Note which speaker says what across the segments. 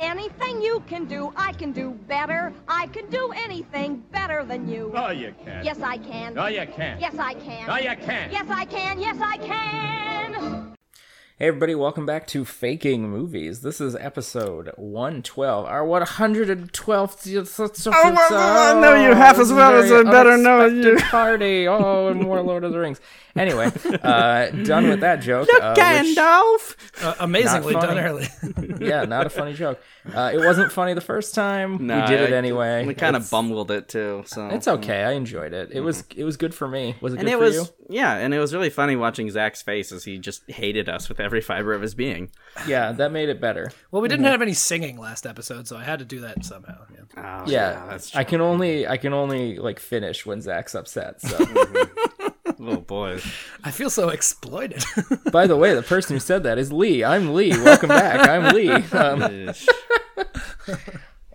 Speaker 1: Anything you can do, I can do better. I can do anything better than you.
Speaker 2: No, you can't.
Speaker 1: Yes, I can.
Speaker 2: No, you can't.
Speaker 1: Yes, I can.
Speaker 2: No, you can't.
Speaker 1: Yes, I can. Yes, I can.
Speaker 3: Hey, everybody, welcome back to Faking Movies. This is episode 112, our 112th.
Speaker 4: Oh, well, well, I know you half as well as I better know you.
Speaker 3: unexpected Party. Oh, and more Lord of the Rings. Anyway, uh, done with that joke. uh, which-
Speaker 4: Gandalf.
Speaker 5: Uh, amazingly
Speaker 3: Not
Speaker 5: done
Speaker 3: funny.
Speaker 5: early.
Speaker 3: yeah, not a funny joke. Uh, it wasn't funny the first time. we
Speaker 4: Nah,
Speaker 3: did it
Speaker 4: I-
Speaker 3: anyway.
Speaker 4: We kind
Speaker 3: It's-
Speaker 4: of bumbled it too. So
Speaker 3: It's okay. I enjoyed it. It was it was good for me. Was it
Speaker 4: And
Speaker 3: good
Speaker 4: it
Speaker 3: for
Speaker 4: was
Speaker 3: you?
Speaker 4: yeah, and it was really funny watching Zach's face as he just hated us with every fiber of his being.
Speaker 3: Yeah, that made it better.
Speaker 5: well, we
Speaker 3: Mm-hmm.
Speaker 5: didn't have any singing last episode, so I had to do that somehow. Yeah.
Speaker 4: Oh,
Speaker 3: Yeah,
Speaker 4: that's true.
Speaker 3: I can only I can only like finish when Zach's upset. So,
Speaker 4: oh boy.
Speaker 5: I feel so exploited.
Speaker 3: by the way, the person who said that is Lee. I'm Lee. Welcome back. I'm Lee. Um,
Speaker 4: Ish.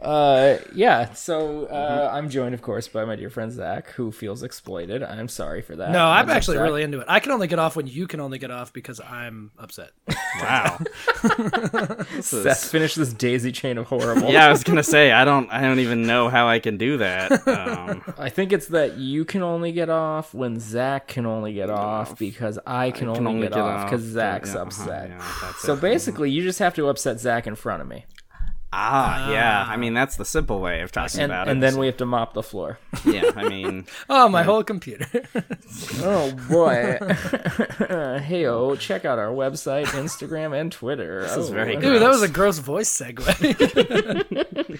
Speaker 3: uh, yeah. So uh, I'm joined, of course, by my dear friend Zach, who feels exploited. I'm sorry for that.
Speaker 5: no, I'm
Speaker 3: Much
Speaker 5: actually
Speaker 3: Zach.
Speaker 5: really into it. I can only get off when you can only get off because I'm upset.
Speaker 4: wow. This is-
Speaker 3: Let's finish this daisy chain of horrible.
Speaker 4: yeah, I was gonna say I don't I don't even know how I can do that. Um,
Speaker 3: I think it's that you can only get off when Zach can only get off because I can, only, get, off because Zach's
Speaker 4: yeah, uh-huh,
Speaker 3: upset.
Speaker 4: yeah, that's
Speaker 3: so
Speaker 4: it.
Speaker 3: basically, you just have to upset Zach in front of me,
Speaker 4: ah, yeah. I mean, that's the simple way of talking
Speaker 3: and,
Speaker 4: about
Speaker 3: and
Speaker 4: it.
Speaker 3: then we have to mop the floor.
Speaker 4: yeah, I mean,
Speaker 5: Oh, my whole computer.
Speaker 3: oh boy! hey, oh, check out our website, Instagram, and Twitter. Oh, This
Speaker 4: is very
Speaker 5: Dude, that was a
Speaker 4: Gross.
Speaker 5: gross voice segue.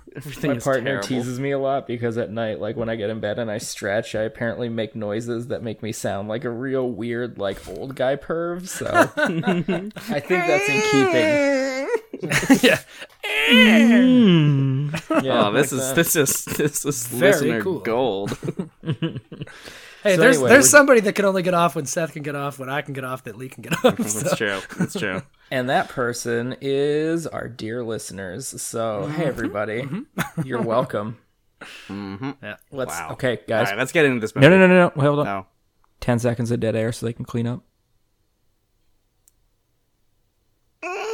Speaker 4: everything
Speaker 3: My
Speaker 4: is
Speaker 3: partner
Speaker 4: terrible.
Speaker 3: teases me a lot because at night, like when I get in bed and I stretch, I apparently make noises that make me sound like a real weird, like old guy perv. So I think that's in keeping.
Speaker 5: yeah.
Speaker 3: Yeah,
Speaker 4: Oh,
Speaker 3: like
Speaker 4: this is
Speaker 3: that.
Speaker 4: this is this is
Speaker 5: Very
Speaker 4: listener
Speaker 5: cool.
Speaker 4: gold.
Speaker 5: Hey,
Speaker 3: So
Speaker 5: there's
Speaker 3: anyway, we're-
Speaker 5: there's somebody that can only get off when Seth can get off, when I can get off, that Lee can get off. so-
Speaker 4: That's true. That's true.
Speaker 3: And that person is our dear listeners. So, hey, everybody, you're welcome.
Speaker 5: Yeah.
Speaker 3: Let's,
Speaker 4: Mm-hmm. Wow.
Speaker 3: okay,
Speaker 4: All
Speaker 3: guys.
Speaker 4: right, Oh. let's get into this movie.
Speaker 3: No, no, no, no, no. Hold on.
Speaker 4: No.
Speaker 3: 10 seconds of dead air so they can clean up.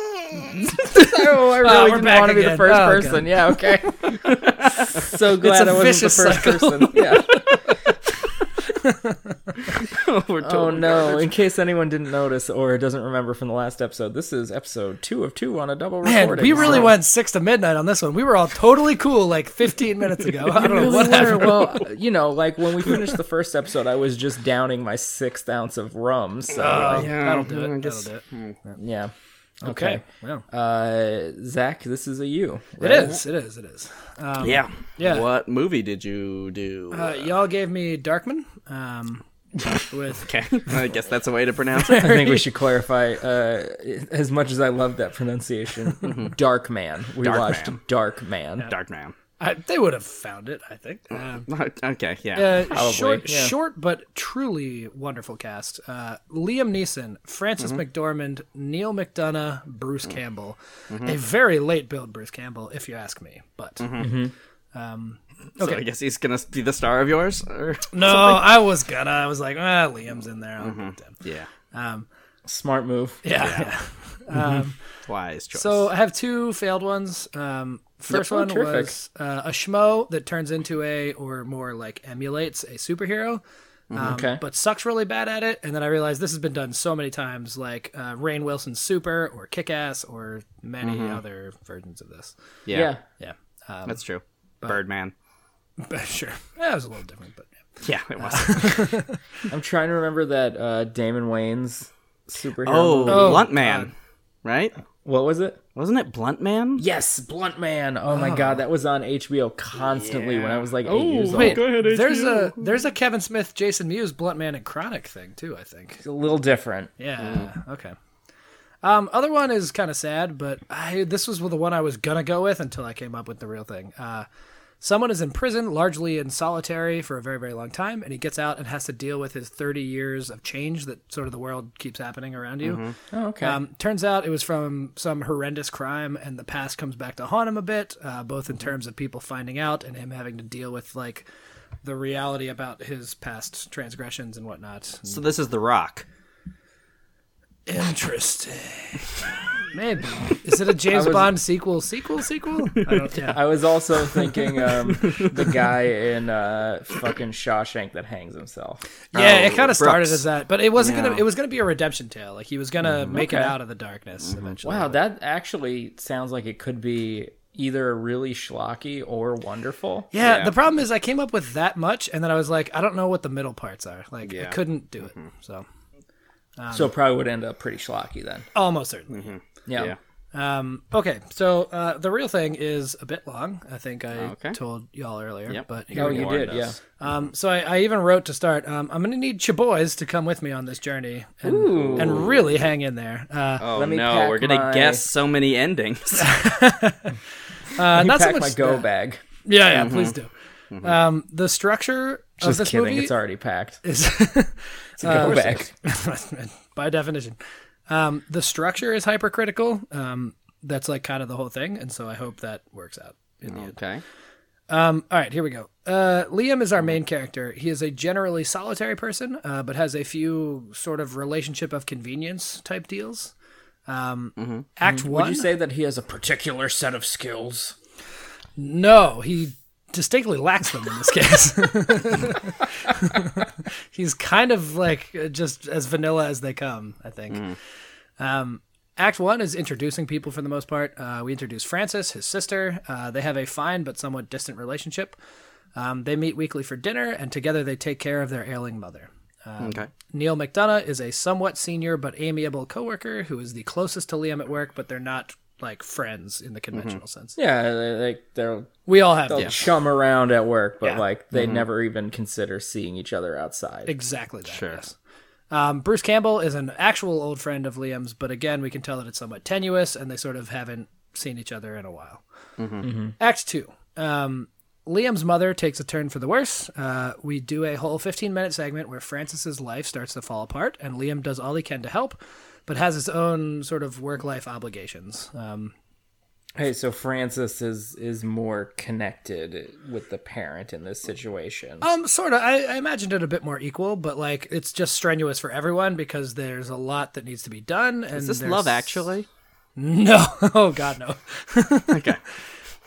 Speaker 3: oh, I really
Speaker 5: Ah, we're
Speaker 3: didn't
Speaker 5: back
Speaker 3: want to be the
Speaker 5: again.
Speaker 3: first
Speaker 5: Oh, okay.
Speaker 3: person. Yeah, okay. so glad
Speaker 5: a
Speaker 3: I wasn't the
Speaker 5: vicious
Speaker 3: first
Speaker 5: cycle.
Speaker 3: person. Yeah.
Speaker 4: We're totally
Speaker 3: Oh no! In case anyone didn't notice or doesn't remember from the last episode, this is episode two of two on a double recording.
Speaker 5: Man, we really
Speaker 3: so-
Speaker 5: went six to midnight on this one. We were all totally cool like 15 minutes ago. I don't know
Speaker 3: Really
Speaker 5: what
Speaker 3: were.
Speaker 5: happened.
Speaker 3: Well, you know, like when we finished the first episode, I was just downing my sixth ounce of rum. So, like,
Speaker 4: Yeah,
Speaker 5: That'll do
Speaker 4: I
Speaker 5: it.
Speaker 4: guess-
Speaker 5: That'll do it.
Speaker 3: yeah.
Speaker 5: Okay. Well,
Speaker 3: Uh, Zach, this is a you.
Speaker 5: it
Speaker 3: right?
Speaker 5: is. It is. It is. Um,
Speaker 4: Yeah.
Speaker 5: Yeah.
Speaker 4: What movie did you do?
Speaker 5: uh, y'all gave me Darkman. Um, with
Speaker 4: okay. I guess that's a way to pronounce it.
Speaker 3: I think we should clarify. Uh, as much as I love that pronunciation, Dark Man. We
Speaker 4: Dark
Speaker 3: watched
Speaker 4: Man.
Speaker 3: Dark Man.
Speaker 4: Dark Man.
Speaker 5: I, they would have found it, I think. Um,
Speaker 4: Okay. Yeah.
Speaker 5: uh, short,
Speaker 3: yeah.
Speaker 5: short, but truly wonderful cast. Uh, Liam Neeson, Francis
Speaker 3: Mm-hmm.
Speaker 5: McDormand, Neil McDonough, Bruce Campbell.
Speaker 3: Mm-hmm.
Speaker 5: A very late build, Bruce Campbell, if you ask me. But
Speaker 4: so I guess he's gonna be the star of yours. Or...
Speaker 5: no, I was gonna. I was like, ah, Liam's in there. I'll
Speaker 3: Mm-hmm.
Speaker 5: get him.
Speaker 4: Yeah.
Speaker 3: Smart move.
Speaker 5: Yeah. yeah.
Speaker 4: Wise choice.
Speaker 5: So uh, I have two failed ones. Um, first
Speaker 3: Oh,
Speaker 5: one
Speaker 3: terrific.
Speaker 5: was uh, a schmo that turns into a, or more like emulates a superhero, um,
Speaker 3: Okay.
Speaker 5: but sucks really bad at it. And then I realized this has been done so many times, like uh, Rain Wilson's Super or Kick Ass or many other versions of this.
Speaker 4: yeah,
Speaker 3: Yeah.
Speaker 5: Yeah, Uh,
Speaker 4: that's true. Birdman.
Speaker 5: but sure, that was a little different, but. yeah.
Speaker 4: Yeah, it was.
Speaker 3: I'm trying to remember that uh, Damon Wayans superhero.
Speaker 4: oh,
Speaker 3: movie.
Speaker 5: Oh,
Speaker 4: Blunt Man. Right?
Speaker 3: what was it?
Speaker 4: Wasn't it Blunt Man?
Speaker 3: Yes, Blunt Man. Oh, my god, that was on HBO constantly when I was like eight years old.
Speaker 5: Wait,
Speaker 4: ahead,
Speaker 5: there's a there's a Kevin Smith, Jason Mewes, Blunt Man, and Chronic thing too. I think.
Speaker 3: It's a little different.
Speaker 5: Yeah. Okay. Um, other one is kind of sad, but I this was the one I was gonna go with until I came up with the real thing. Uh, Someone is in prison, largely in solitary, for a very, very long time, and he gets out and has to deal with his 30 years of change that sort of the world keeps happening around you.
Speaker 3: Oh, okay.
Speaker 5: Um, turns out it was from some horrendous crime, and the past comes back to haunt him a bit, uh, both in terms of people finding out and him having to deal with like the reality about his past transgressions and whatnot.
Speaker 4: So this is The Rock.
Speaker 5: Interesting. Maybe is it a James
Speaker 3: was-
Speaker 5: Bond sequel? Sequel? Sequel? I don't. Yeah.
Speaker 3: I was also thinking um, the guy in uh, fucking Shawshank that hangs himself.
Speaker 5: Yeah,
Speaker 4: Oh,
Speaker 5: it kind of started
Speaker 4: Brooks.
Speaker 5: as that, but it wasn't
Speaker 4: Yeah. Mm-hmm.
Speaker 5: gonna. It was gonna be a redemption tale. Like he was gonna make it
Speaker 3: okay.
Speaker 5: out of the darkness eventually.
Speaker 3: Wow, that actually sounds like it could be either really schlocky or wonderful.
Speaker 5: Yeah,
Speaker 4: Yeah.
Speaker 5: the problem is I came up with that much, and then I was like, I don't know what the middle parts are. Like I
Speaker 4: Yeah. Mm-hmm.
Speaker 5: couldn't do it. So
Speaker 3: So it probably would end up pretty schlocky then.
Speaker 5: almost certainly.
Speaker 4: Mm-hmm.
Speaker 3: Yeah.
Speaker 4: Yeah.
Speaker 5: Um, okay, so uh, the real thing is a bit long. I think I
Speaker 4: Okay.
Speaker 5: told y'all earlier,
Speaker 4: Yep.
Speaker 5: but here
Speaker 3: Oh,
Speaker 5: we go.
Speaker 3: you
Speaker 4: warned
Speaker 3: did, yeah.
Speaker 4: us.
Speaker 5: Um, so I, I even wrote to start. Um, I'm going to need you boys to come with me on this journey and, and really hang in there. Uh,
Speaker 4: Oh
Speaker 3: Let me
Speaker 4: no,
Speaker 3: pack
Speaker 4: we're gonna
Speaker 3: my-
Speaker 4: guess so many endings.
Speaker 5: uh, not so
Speaker 3: Pack
Speaker 5: much
Speaker 3: Oh, my go
Speaker 5: uh,
Speaker 3: bag. Mm-hmm.
Speaker 5: Yeah, yeah, please do. Um, the structure of
Speaker 3: Just
Speaker 5: this
Speaker 3: kidding,
Speaker 5: movie
Speaker 3: it's already packed.
Speaker 5: is
Speaker 3: It's a go bag.
Speaker 5: by definition. Um, the structure is hypercritical. Um, that's like kind of the whole thing, and so I hope that works out. in the end.
Speaker 4: okay.
Speaker 5: Um, all right, here we go. Uh, Liam is our main character. He is a generally solitary person, uh, but has a few sort of relationship of convenience type deals. Um, Act
Speaker 3: Would
Speaker 5: one.
Speaker 3: you say that he has a particular set of skills?
Speaker 5: no, he distinctly lacks them in this case. He's kind of like uh, just as vanilla as they come, I think. Um, Act one is introducing people for the most part. Uh, we introduce Francis, his sister. Uh, they have a fine but somewhat distant relationship. Um, they meet weekly for dinner, and together they take care of their ailing mother. Um,
Speaker 4: okay.
Speaker 5: Neil McDonough is a somewhat senior but amiable coworker who is the closest to Liam at work, but they're not like friends in the conventional sense.
Speaker 3: Yeah, like they're
Speaker 5: We all have them.
Speaker 3: chum around at work, but
Speaker 5: Yeah.
Speaker 3: like they never even consider seeing each other outside.
Speaker 5: Exactly that. Yes. Um, Bruce Campbell is an actual old friend of Liam's, but again, we can tell that it's somewhat tenuous, and they sort of haven't seen each other in a while.
Speaker 4: Mm-hmm.
Speaker 5: Act two. Um, Liam's mother takes a turn for the worse. Uh, we do a whole 15 minute segment where Francis's life starts to fall apart, and Liam does all he can to help, but has his own sort of work life obligations. Um,
Speaker 3: Hey, so Francis is is more connected with the parent in this situation.
Speaker 5: Um, sort of. I, I imagined it a bit more equal, but like it's just strenuous for everyone because there's a lot that needs to be done. And
Speaker 4: Is this
Speaker 5: there's-
Speaker 4: Love Actually?
Speaker 5: No. Oh God, no.
Speaker 4: Okay.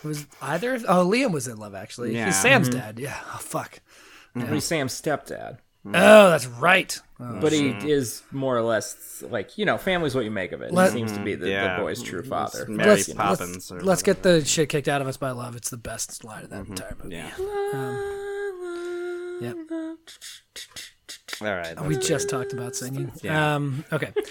Speaker 5: Was either? of- Oh, Liam was in Love Actually.
Speaker 4: Yeah.
Speaker 5: He's Sam's dad. Yeah. Oh fuck.
Speaker 3: He's Sam's stepdad,
Speaker 4: Mm.
Speaker 5: Oh, that's right. Oh,
Speaker 3: but he is more or less like you know, family's what you make of it.
Speaker 5: Let-
Speaker 3: he seems to be the,
Speaker 4: Yeah.
Speaker 3: the boy's true father.
Speaker 4: Mary
Speaker 5: let's,
Speaker 4: Poppins.
Speaker 5: let's,
Speaker 4: or Mm-hmm.
Speaker 5: let's get the shit kicked out of us by love. It's the best line of that entire movie.
Speaker 4: Yeah.
Speaker 3: Um,
Speaker 5: Yep.
Speaker 4: All right.
Speaker 5: We just talked about singing. Um. Okay.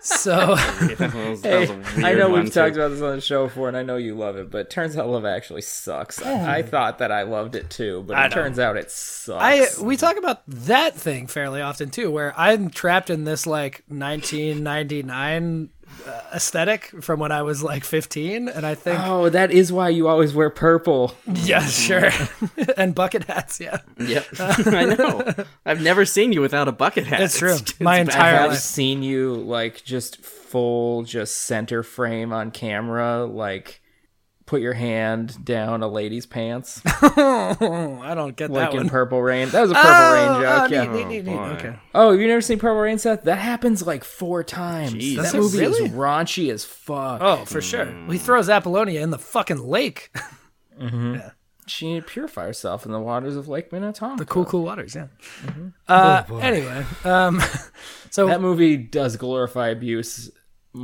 Speaker 5: So.
Speaker 4: that was,
Speaker 3: Hey,
Speaker 4: that was a weird
Speaker 3: I know
Speaker 4: one,
Speaker 3: we've talked
Speaker 4: too.
Speaker 3: about this on the show before, and I know you love it, but it turns out Love Actually sucks. I, I thought that I loved it too, but it
Speaker 5: know.
Speaker 3: turns out it
Speaker 5: I
Speaker 3: sucks.
Speaker 5: we talk about that thing fairly often too, where I'm trapped in this like 1999 uh, aesthetic from when I was like 15, and I think
Speaker 3: oh, that is why you always wear purple.
Speaker 5: yeah, sure,
Speaker 4: Mm-hmm.
Speaker 5: and bucket hats, yeah,
Speaker 4: Yep. I know. I've never seen you without a bucket hat.
Speaker 5: It's true. My entire
Speaker 4: bad.
Speaker 5: life.
Speaker 3: I've seen you like just full, just center frame on camera, like put your hand down a lady's pants,
Speaker 5: Oh, I don't get
Speaker 3: like
Speaker 5: that
Speaker 3: in
Speaker 5: one.
Speaker 3: Purple Rain. That was a Purple Rain joke.
Speaker 5: oh,
Speaker 3: yeah.
Speaker 5: neat, neat, neat, neat.
Speaker 4: boy.
Speaker 5: Okay.
Speaker 3: Oh, you never seen Purple Rain, Seth? That happens like four times.
Speaker 4: Jeez.
Speaker 3: That
Speaker 4: Does
Speaker 5: it
Speaker 3: movie
Speaker 5: really?
Speaker 3: is raunchy as fuck.
Speaker 5: Oh, for sure. We throws Apollonia in the fucking lake.
Speaker 3: She needed to purify herself in the waters of Lake Minnetonka.
Speaker 5: The cool, cool waters. Yeah. Uh,
Speaker 3: Oh,
Speaker 5: anyway, um, so
Speaker 3: That movie does glorify abuse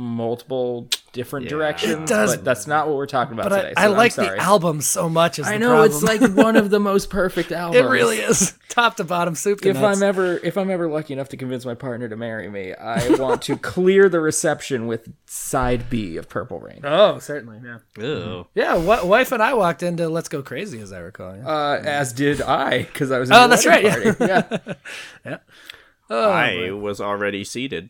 Speaker 3: multiple different directions.
Speaker 5: It does.
Speaker 3: But that's not what we're talking about
Speaker 5: but I,
Speaker 3: today.
Speaker 5: I
Speaker 3: so I'm
Speaker 5: like the
Speaker 3: sorry.
Speaker 5: album so much. Is
Speaker 3: I
Speaker 5: the
Speaker 3: know it's
Speaker 5: problem.
Speaker 3: like one of the most perfect albums.
Speaker 5: it really is top to bottom, soup to
Speaker 3: If
Speaker 5: nuts.
Speaker 3: I'm ever if I'm ever lucky enough to convince my partner to marry me, I want to clear the reception with side B of Purple Rain.
Speaker 5: Oh, certainly, yeah.
Speaker 4: Ew.
Speaker 5: Yeah, wa wife and I walked into Let's Go Crazy, as I recall. Yeah.
Speaker 3: Uh, as did I, because I was.
Speaker 5: Oh,
Speaker 3: in the
Speaker 5: that's
Speaker 3: wedding
Speaker 5: right,
Speaker 3: Party. Yeah.
Speaker 4: I was already seated.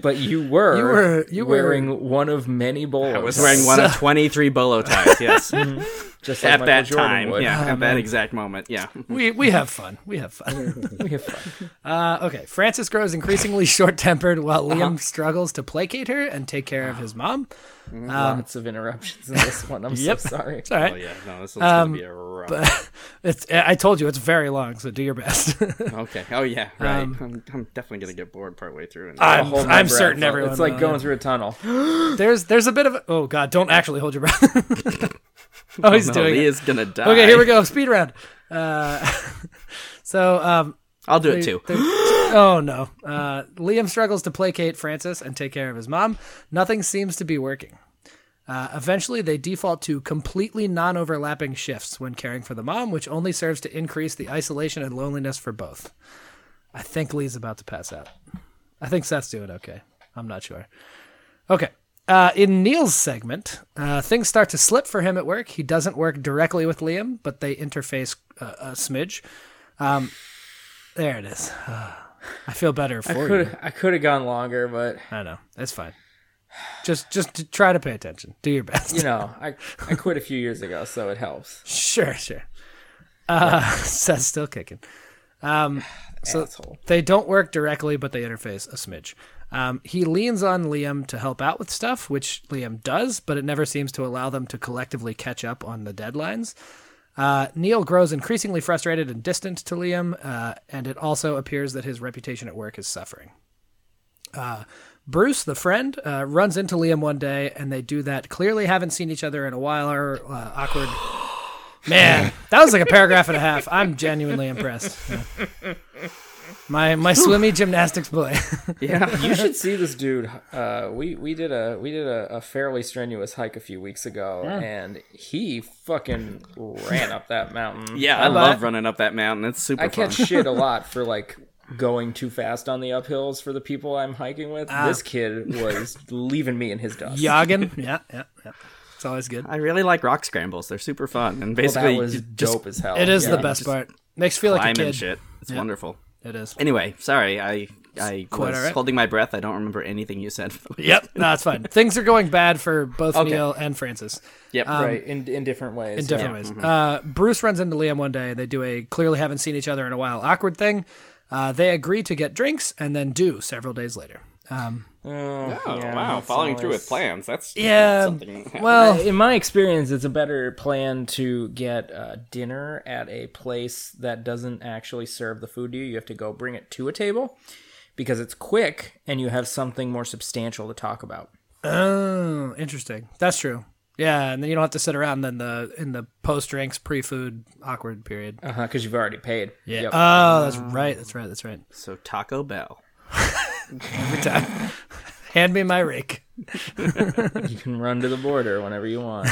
Speaker 3: but you were
Speaker 5: You were- you were-
Speaker 3: wearing one of many bolos.
Speaker 4: I was wearing one of 23 bolo ties, yes.
Speaker 5: Mm-hmm.
Speaker 3: just like
Speaker 4: at
Speaker 3: Michael
Speaker 4: that
Speaker 3: Jordan
Speaker 4: time.
Speaker 3: would.
Speaker 5: Oh,
Speaker 4: Yeah, at that exact moment. Yeah.
Speaker 5: we we have fun. We have fun.
Speaker 3: We have fun.
Speaker 5: Uh, okay, Frances grows increasingly short-tempered while
Speaker 3: Uh-huh.
Speaker 5: Liam struggles to placate her and take care of his mom.
Speaker 3: Lots of interruptions in this one. I'm so sorry.
Speaker 5: It's all right.
Speaker 4: Oh, yeah. No, this is
Speaker 5: Um,
Speaker 4: going to be a rough.
Speaker 5: It's I told you it's very long, so do your best.
Speaker 4: Okay. Oh, yeah. Right.
Speaker 5: Um,
Speaker 4: I'm, I'm definitely going to get bored partway through. And,
Speaker 5: I'm,
Speaker 3: Hold my
Speaker 5: I'm
Speaker 3: breath.
Speaker 5: certain everyone.
Speaker 3: It's like
Speaker 5: will,
Speaker 3: going through a tunnel.
Speaker 5: yeah. There's there's a bit of a, oh god, don't actually hold your breath. oh, he's
Speaker 4: no,
Speaker 5: doing
Speaker 4: Lee
Speaker 5: it.
Speaker 4: is going to die.
Speaker 5: Okay, here we go. Speed round. Uh, so um,
Speaker 4: I'll do it too.
Speaker 5: They're- oh no. Uh, Liam struggles to placate Francis and take care of his mom. Nothing seems to be working. Uh, eventually, they default to completely non overlapping shifts when caring for the mom, which only serves to increase the isolation and loneliness for both. I think Lee's about to pass out. I think Seth's doing okay. I'm not sure. Okay. Uh, in Neil's segment, uh, things start to slip for him at work. He doesn't work directly with Liam, but they interface uh, a smidge. Um, there it is. I feel better for you.
Speaker 3: Could I could have gone longer, but
Speaker 5: I know. That's fine. Just just to try to pay attention. Do your best.
Speaker 3: you know, I I quit a few years ago, so it helps.
Speaker 5: Sure, sure. Uh Seth's still kicking. Um,
Speaker 3: So,
Speaker 5: They don't work directly, but they interface a smidge. Um, he leans on Liam to help out with stuff, which Liam does, but it never seems to allow them to collectively catch up on the deadlines. Uh, Neil grows increasingly frustrated and distant to Liam, uh, and it also appears that his reputation at work is suffering. Uh, Bruce, the friend, uh, runs into Liam one day, and they do that. Clearly, haven't seen each other in a while. Or uh, awkward. Man, that was like a paragraph and a half. I'm genuinely impressed. Yeah. My my swimmy gymnastics boy.
Speaker 4: Yeah.
Speaker 3: You should see this dude. Uh, we we did a we did a, a fairly strenuous hike a few weeks ago, and he fucking ran up that mountain.
Speaker 4: Yeah, I
Speaker 5: about
Speaker 4: love
Speaker 5: it?
Speaker 4: running up that mountain. It's super
Speaker 3: I
Speaker 4: fun.
Speaker 3: catch shit a lot for like going too fast on the uphills for the people I'm hiking with. This kid was leaving me in his dust.
Speaker 5: Yoggin. Ah. Yeah, yeah, yeah. It's always good.
Speaker 4: I really like rock scrambles. They're super fun. And
Speaker 3: Well,
Speaker 4: basically,
Speaker 3: that was
Speaker 4: you just
Speaker 3: dope as hell.
Speaker 5: It is
Speaker 3: Yeah.
Speaker 5: the best part. Makes you feel like a
Speaker 4: climb
Speaker 5: kid.
Speaker 4: and shit. It's wonderful.
Speaker 5: It is.
Speaker 4: Anyway, sorry. I I
Speaker 5: quite
Speaker 4: was
Speaker 5: all right.
Speaker 4: holding my breath. I don't remember anything you said.
Speaker 5: Yep, no, it's fine. Things are going bad for both Neil and Francis. Uh,
Speaker 4: Yep.
Speaker 3: right in in different ways.
Speaker 5: um, in different ways. Uh, Bruce runs into Liam one day. They do a clearly haven't seen each other in a while awkward thing. Uh, they agree to get drinks and then do several days later.
Speaker 3: Oh, yeah, that's always-
Speaker 4: plans. That's
Speaker 5: Yeah. um,
Speaker 3: Uh,
Speaker 5: Well,
Speaker 3: in my experience, it's a better plan to get uh, dinner at a place that doesn't actually serve the food to you. You have to go bring it to a table because it's quick and you have something more substantial to talk about.
Speaker 5: oh, interesting. That's true. Yeah, and then you don't have to sit around then the in the post drinks pre food awkward period.
Speaker 3: Uh huh. Because you've already paid. Yeah.
Speaker 5: Oh, that's right. That's right. That's right.
Speaker 4: So Taco Bell.
Speaker 5: Hand me my rake.
Speaker 3: you can run to the border whenever you want.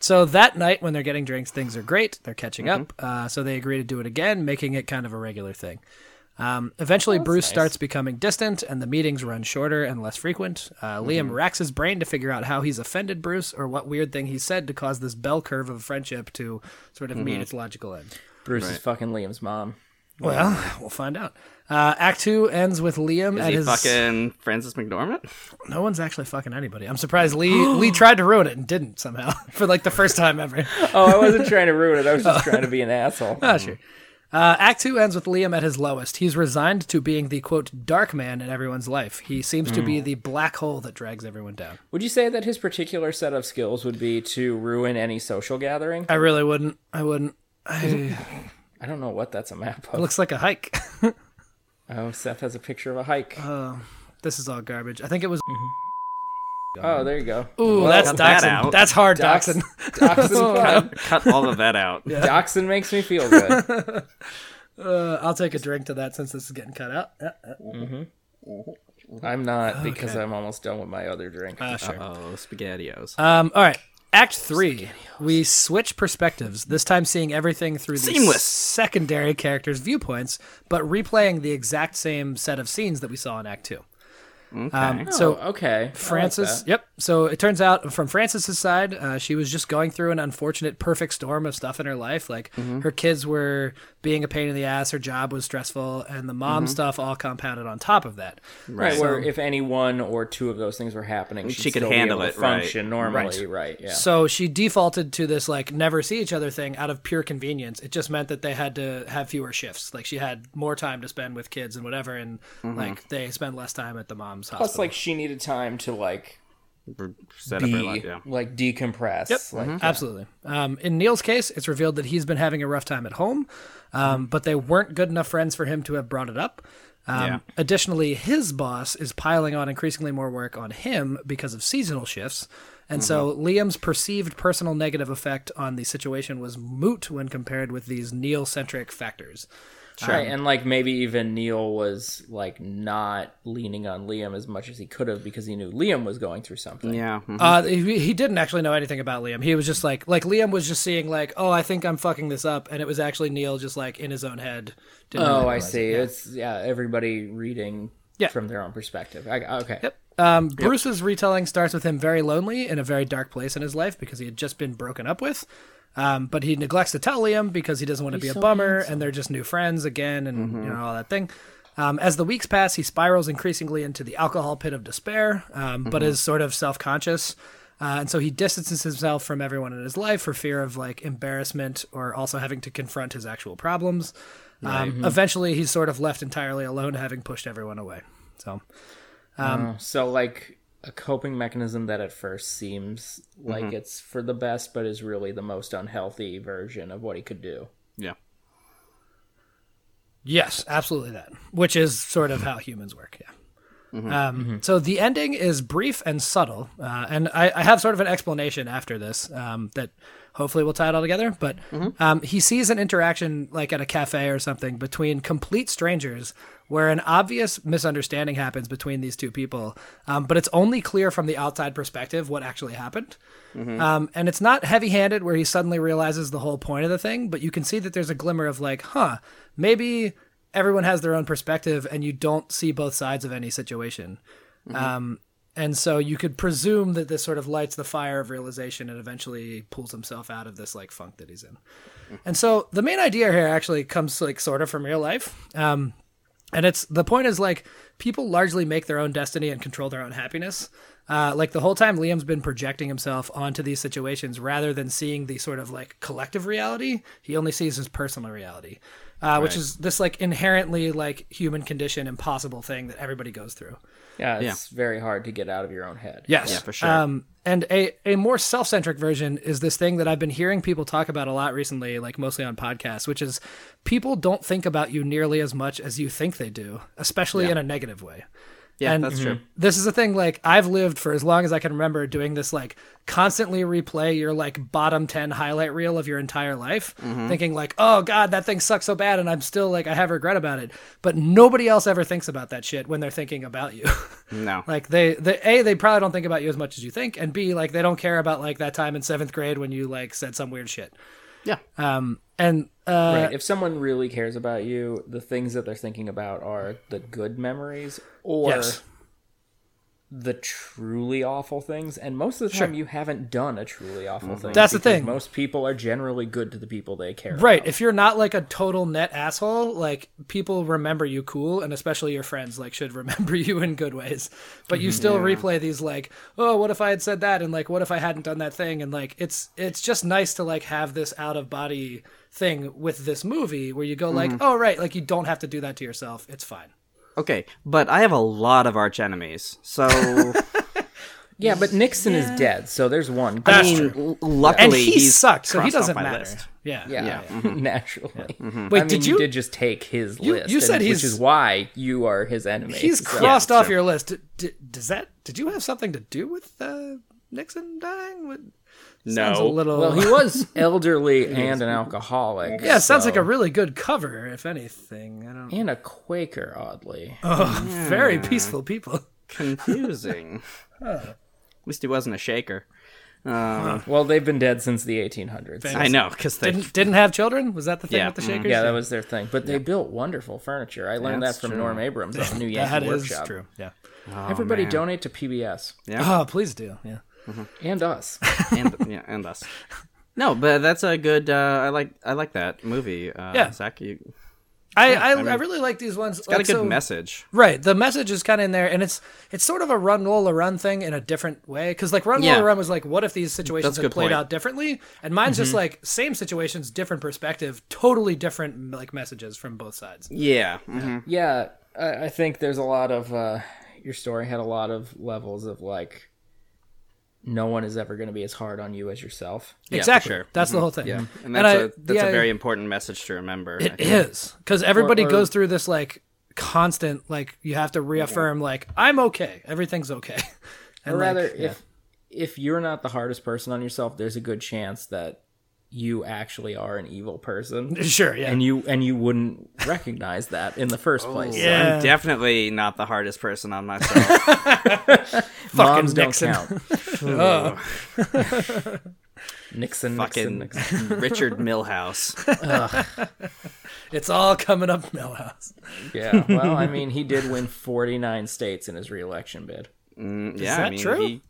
Speaker 5: So that night, when they're getting drinks, things are great. They're catching
Speaker 4: Mm-hmm.
Speaker 5: up. Uh, so they agree to do it again, making it kind of a regular thing. Um, eventually, Bruce starts becoming distant, and the meetings run shorter and less frequent. Uh,
Speaker 4: Mm-hmm.
Speaker 5: Liam racks his brain to figure out how he's offended Bruce or what weird thing he said to cause this bell curve of friendship to sort of
Speaker 4: Mm-hmm.
Speaker 5: meet its logical end.
Speaker 3: Bruce is fucking Liam's mom.
Speaker 5: Well, we'll find out. Uh, Act two ends with Liam
Speaker 4: Is
Speaker 5: at
Speaker 4: he
Speaker 5: his.
Speaker 4: fucking Francis McDormand?
Speaker 5: No one's actually fucking anybody. I'm surprised Lee Lee tried to ruin it and didn't somehow for like the first time ever.
Speaker 3: Oh, I wasn't trying to ruin it. I was just trying to be an asshole.
Speaker 5: Ah, sure. Uh, Act two ends with Liam at his lowest. He's resigned to being the quote dark man in everyone's life. He seems to
Speaker 4: Mm.
Speaker 5: be the black hole that drags everyone down.
Speaker 3: Would you say that his particular set of skills would be to ruin any social gathering?
Speaker 5: I really wouldn't. I wouldn't. I,
Speaker 3: I don't know what that's a map of.
Speaker 5: looks like a hike.
Speaker 3: Oh, Seth has a picture of a hike.
Speaker 5: Uh, this is all garbage. I think it was.
Speaker 3: oh, there you go.
Speaker 5: Ooh, that's
Speaker 4: cut that
Speaker 5: doxin.
Speaker 4: out.
Speaker 5: that's hard
Speaker 3: Dox-
Speaker 5: doxin.
Speaker 3: Doxin, fun.
Speaker 4: Cut all of that out.
Speaker 3: Doxin makes me feel good.
Speaker 5: Uh, I'll take a drink to that since this is getting cut out. Yeah, yeah.
Speaker 3: I'm not because I'm almost done with my other drink.
Speaker 5: Ah, sure.
Speaker 4: Oh, spaghettios.
Speaker 5: Um, all right. Act three, we switch perspectives, this time seeing everything through the
Speaker 4: Seamless.
Speaker 5: secondary characters' viewpoints, but replaying the exact same set of scenes that we saw in Act two.
Speaker 4: Okay.
Speaker 5: Um,
Speaker 3: Oh,
Speaker 5: so
Speaker 3: okay. I like
Speaker 5: Francis,
Speaker 3: that.
Speaker 5: yep. So it turns out from Francis's side, uh, she was just going through an unfortunate perfect storm of stuff in her life. Like
Speaker 3: Mm-hmm.
Speaker 5: her kids were being a pain in the ass, her job was stressful, and the mom
Speaker 3: Mm-hmm.
Speaker 5: stuff all compounded on top of that.
Speaker 3: Right,
Speaker 4: Right.
Speaker 3: where if any one or two of those things were happening, she'd
Speaker 4: She could
Speaker 3: still be
Speaker 4: handle
Speaker 3: able to
Speaker 4: it, right.
Speaker 3: Function normally, right? Yeah.
Speaker 5: So she defaulted to this like never see each other thing out of pure convenience. It just meant that they had to have fewer shifts. Like she had more time to spend with kids and whatever, and like they spent less time at the mom's hospital.
Speaker 3: Plus, like she needed time to like
Speaker 4: Set up her
Speaker 3: be
Speaker 4: life, yeah.
Speaker 3: like decompress. Yep. Like,
Speaker 5: Absolutely. Um, in Neil's case, it's revealed that he's been having a rough time at home, um, but they weren't good enough friends for him to have brought it up. Um,
Speaker 4: Yeah.
Speaker 5: Additionally, his boss is piling on increasingly more work on him because of seasonal shifts. And so
Speaker 3: Mm-hmm.
Speaker 5: Liam's perceived personal negative effect on the situation was moot when compared with these Neil centric factors.
Speaker 3: Right, and like maybe even Neil was like not leaning on Liam as much as he could have because he knew Liam was going through something.
Speaker 4: Yeah. mhm.
Speaker 5: Uh, he, he didn't actually know anything about Liam. He was just like, like Liam was just seeing like, oh, I think I'm fucking this up, and it was actually Neil just like in his own head. Didn't
Speaker 3: Oh,
Speaker 5: really
Speaker 3: I
Speaker 5: realize it.
Speaker 3: see. It's yeah, everybody reading
Speaker 5: Yeah.
Speaker 3: from their own perspective. I, okay. Yep.
Speaker 5: Um, Bruce's retelling starts with him very lonely in a very dark place in his life because he had just been broken up with. Um, but he neglects to tell Liam because he doesn't want to be a bummer, and they're just new friends again, and you know all that thing. Um, as the weeks pass, he spirals increasingly into the alcohol pit of despair, um, but is sort of self-conscious, uh, and so he distances himself from everyone in his life for fear of like embarrassment or also having to confront his actual problems. Um, Eventually, he's sort of left entirely alone, having pushed everyone away. So.
Speaker 3: So like a coping mechanism that at first seems like it's for the best, but is really the most unhealthy version of what he could do.
Speaker 4: yeah.
Speaker 5: Yes, absolutely that. Which is sort of how humans work. Yeah. Um, So the ending is brief and subtle, uh, and I, I have sort of an explanation after this um, that hopefully will tie it all together. But um, he sees an interaction like at a cafe or something between complete strangers, where an obvious misunderstanding happens between these two people, um, but it's only clear from the outside perspective what actually happened. Um, and it's not heavy handed where he suddenly realizes the whole point of the thing, but you can see that there's a glimmer of like, huh, maybe everyone has their own perspective and you don't see both sides of any situation. Um, and so you could presume that this sort of lights the fire of realization and eventually pulls himself out of this like funk that he's in. And so the main idea here actually comes like sort of from real life. Um, and it's the point is like people largely make their own destiny and control their own happiness. Uh, like the whole time, Liam's been projecting himself onto these situations rather than seeing the sort of like collective reality. He only sees his personal reality, uh, which is this like inherently like human condition, impossible thing that everybody goes through.
Speaker 3: Yeah, it's very hard to get out of your own head.
Speaker 5: Yes.
Speaker 4: Yeah, for sure.
Speaker 5: Um, and a, a more self centric version is this thing that I've been hearing people talk about a lot recently, like mostly on podcasts, which is people don't think about you nearly as much as you think they do, especially in a negative way.
Speaker 4: Yeah,
Speaker 5: And-
Speaker 4: that's true.
Speaker 5: This is a thing like I've lived for as long as I can remember doing this like constantly replay your like bottom 10 highlight reel of your entire life
Speaker 4: Mm-hmm.
Speaker 5: thinking like oh god that thing sucks so bad and I'm still like I have regret about it but nobody else ever thinks about that shit when they're thinking about you
Speaker 4: No.
Speaker 5: like they, they a they probably don't think about you as much as you think and b like they don't care about like that time in seventh grade when you like said some weird shit
Speaker 4: yeah.
Speaker 5: um and uh
Speaker 3: Right. If someone really cares about you, the things that they're thinking about are the good memories or
Speaker 5: Yes.
Speaker 3: the truly awful things. And most of the time, you haven't done a truly awful thing.
Speaker 5: Mm-hmm. That's the
Speaker 3: because
Speaker 5: thing.
Speaker 3: Most people are generally good to the people they care.
Speaker 5: Right. If you're not like a total net asshole, like people remember you cool, and especially your friends like should remember you in good ways. But
Speaker 4: Mm-hmm,
Speaker 5: you still replay these like, oh, what if I had said that, and like, what if I hadn't done that thing, and like, it's it's just nice to like have this out of body thing with this movie where you go like,
Speaker 4: Mm-hmm.
Speaker 5: oh right, like you don't have to do that to yourself. It's fine.
Speaker 4: Okay, but I have a lot of arch enemies, so
Speaker 3: Yeah, but Nixon is dead, so there's one.
Speaker 4: I
Speaker 5: That's
Speaker 4: mean,
Speaker 5: true.
Speaker 4: l-
Speaker 5: And
Speaker 4: luckily
Speaker 5: he
Speaker 4: he's
Speaker 5: sucked, so he
Speaker 4: crossed off
Speaker 5: doesn't
Speaker 4: my
Speaker 5: matter.
Speaker 4: list.
Speaker 5: Yeah. Mm-hmm.
Speaker 3: yeah,
Speaker 4: Yeah.
Speaker 3: naturally.
Speaker 5: Wait,
Speaker 3: I mean,
Speaker 5: did
Speaker 3: you,
Speaker 5: you?
Speaker 3: did just take his list,
Speaker 5: you said
Speaker 3: and-
Speaker 5: he's-
Speaker 3: which is why you are his enemy.
Speaker 5: He's
Speaker 3: so-
Speaker 5: crossed
Speaker 4: uh, Yeah,
Speaker 5: off
Speaker 4: sure.
Speaker 5: your list. D- d- does that? Did you have something to do with uh, Nixon dying? What- Sounds a
Speaker 4: No.
Speaker 5: little.
Speaker 3: Well, he was elderly and an alcoholic.
Speaker 5: yeah, it sounds
Speaker 3: so-
Speaker 5: like a really good cover, if anything. I don't.
Speaker 3: and a Quaker, oddly.
Speaker 5: Very peaceful people.
Speaker 4: Confusing. At least he wasn't a shaker.
Speaker 3: Well, they've been dead since the 1800s.
Speaker 4: I know because they
Speaker 5: Didn't, didn't have children? Was that the thing
Speaker 4: Yeah,
Speaker 5: with the
Speaker 4: mhm.
Speaker 5: shakers?
Speaker 3: Yeah, that was their thing. But they built wonderful furniture. I learned
Speaker 4: That's
Speaker 3: that from
Speaker 4: true. Oh,
Speaker 3: Norm Abrams on the New
Speaker 5: That
Speaker 3: Yankee
Speaker 5: is
Speaker 3: Workshop.
Speaker 5: true. Yeah.
Speaker 3: Everybody
Speaker 4: man.
Speaker 3: donate to PBS
Speaker 5: Oh, please do. Yeah.
Speaker 3: and us.
Speaker 4: and yeah, and us. No, but that's a good. Uh, I like I like that movie. Uh,
Speaker 5: Yeah.
Speaker 4: Zach, you
Speaker 5: I, I, I really like these ones.
Speaker 4: got a
Speaker 5: Like,
Speaker 4: good
Speaker 5: so-
Speaker 4: message.
Speaker 5: Right, the message is kind of in there, and it's it's sort of a run Lola run thing in a different way. Because like run
Speaker 4: Yeah.
Speaker 5: Lola run was like, what if these situations
Speaker 4: That's a
Speaker 5: had
Speaker 4: good
Speaker 5: played
Speaker 4: point. Mm-hmm.
Speaker 5: out differently? And mine's just like same situations, different perspective, totally different like messages from both sides.
Speaker 4: Yeah, mhm.
Speaker 3: Yeah, I, I think there's a lot of uh, your story had a lot of levels of like, no one is ever going to be as hard on you as yourself.
Speaker 4: Yeah, for
Speaker 5: exactly,
Speaker 4: sure. Mm-hmm.
Speaker 5: that's the whole thing.
Speaker 4: and that's
Speaker 5: a
Speaker 4: a that's a very important message to remember. I
Speaker 5: It
Speaker 4: think.
Speaker 5: is because everybody
Speaker 3: or-
Speaker 5: goes through this like constant like you have to reaffirm like I'm okay, everything's okay. And
Speaker 3: Or
Speaker 5: like,
Speaker 3: rather,
Speaker 5: yeah.
Speaker 3: if if you're not the hardest person on yourself, there's a good chance that you actually are an evil person,
Speaker 5: sure, yeah,
Speaker 3: and you and you wouldn't recognize that in the
Speaker 4: Oh,
Speaker 3: first place.
Speaker 5: Yeah.
Speaker 4: I'm definitely not the hardest person on myself.
Speaker 3: Moms don't
Speaker 5: Nixon.
Speaker 3: count. Nixon, Nixon,
Speaker 4: Fucking
Speaker 3: Nixon.
Speaker 4: Richard Millhouse.
Speaker 5: it's all coming up Millhouse.
Speaker 3: Yeah. Well, I mean, he did win 49 states in his reelection bid.
Speaker 4: Mm, yeah, I
Speaker 5: that
Speaker 4: mean,
Speaker 5: true?
Speaker 4: He,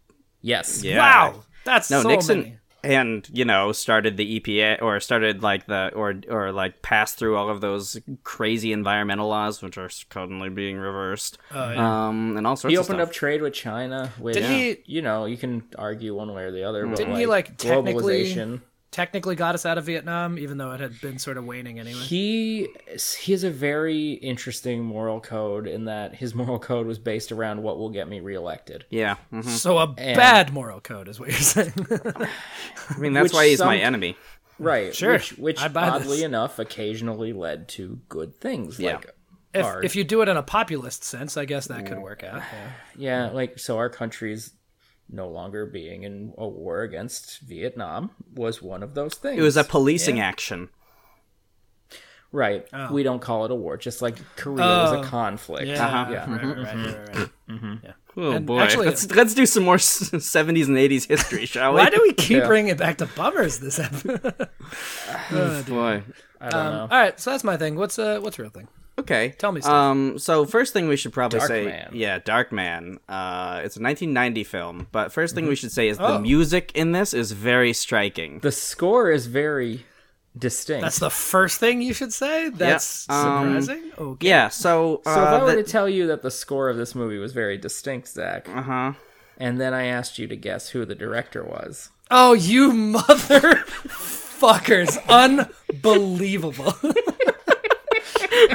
Speaker 3: Yes.
Speaker 4: yeah.
Speaker 5: Wow, that's
Speaker 4: No,
Speaker 5: so
Speaker 4: Nixon
Speaker 5: many.
Speaker 4: and you know started the EPA or started like the or or like passed through all of those crazy environmental laws which are currently being reversed.
Speaker 5: Oh,
Speaker 4: Um, and all sorts.
Speaker 3: He
Speaker 4: of
Speaker 3: opened
Speaker 4: stuff.
Speaker 3: up trade with China, which
Speaker 5: Didn't he-
Speaker 3: you know you can argue one way or the other. But
Speaker 5: Didn't
Speaker 3: like,
Speaker 5: he, like, technically-
Speaker 3: globalization?
Speaker 5: technically got us out of Vietnam, even though it had been sort of waning anyway.
Speaker 3: He he has a very interesting moral code in that his moral code was based around what will get me reelected.
Speaker 4: Yeah, mhm.
Speaker 5: So a bad moral code is what you're saying.
Speaker 4: I mean that's
Speaker 3: Which
Speaker 4: why he's my
Speaker 3: some-
Speaker 4: enemy.
Speaker 3: Right.
Speaker 5: Sure,
Speaker 3: Which, which
Speaker 5: I buy
Speaker 3: oddly
Speaker 5: this.
Speaker 3: enough, occasionally led to good things.
Speaker 4: Yeah.
Speaker 3: Like,
Speaker 5: if,
Speaker 3: Hard.
Speaker 5: if you do it in a populist sense, I guess that could work out. yeah.
Speaker 3: yeah, like so our country's no longer being in a war against Vietnam was one of those things.
Speaker 4: It was a policing action.
Speaker 3: Right. We don't call it a war, just like Korea was a conflict.
Speaker 5: Oh. Yeah.
Speaker 4: Uh-huh.
Speaker 3: Yeah.
Speaker 5: Right, right, right, right, right.
Speaker 4: Oh
Speaker 5: And
Speaker 4: boy,
Speaker 5: actually-
Speaker 4: let's let's do some more seventies and eighties history, shall we?
Speaker 5: Why do we keep
Speaker 3: Yeah.
Speaker 5: bringing it back to bummers this episode? Um,
Speaker 4: boy?
Speaker 3: I don't know.
Speaker 5: All right, so that's my thing. What's uh, what's real thing?
Speaker 4: Okay,
Speaker 5: Tell me stuff.
Speaker 4: Um, so first thing we should probably
Speaker 3: Dark
Speaker 4: say,
Speaker 3: Man.
Speaker 4: yeah, Dark Man. Uh, it's a 1990 film, but first
Speaker 5: Mm-hmm.
Speaker 4: thing we should say is
Speaker 5: Oh.
Speaker 4: the music in this is very striking.
Speaker 3: The score is very distinct.
Speaker 5: That's the first thing you should say. That's
Speaker 4: um,
Speaker 5: surprising. Okay.
Speaker 4: Yeah, so uh,
Speaker 3: so if I were
Speaker 4: the-
Speaker 3: to tell you that the score of this movie was very distinct, Zach, uh-huh. and then I asked you to guess who the director was,
Speaker 5: Oh, you mother fuckers! Unbelievable.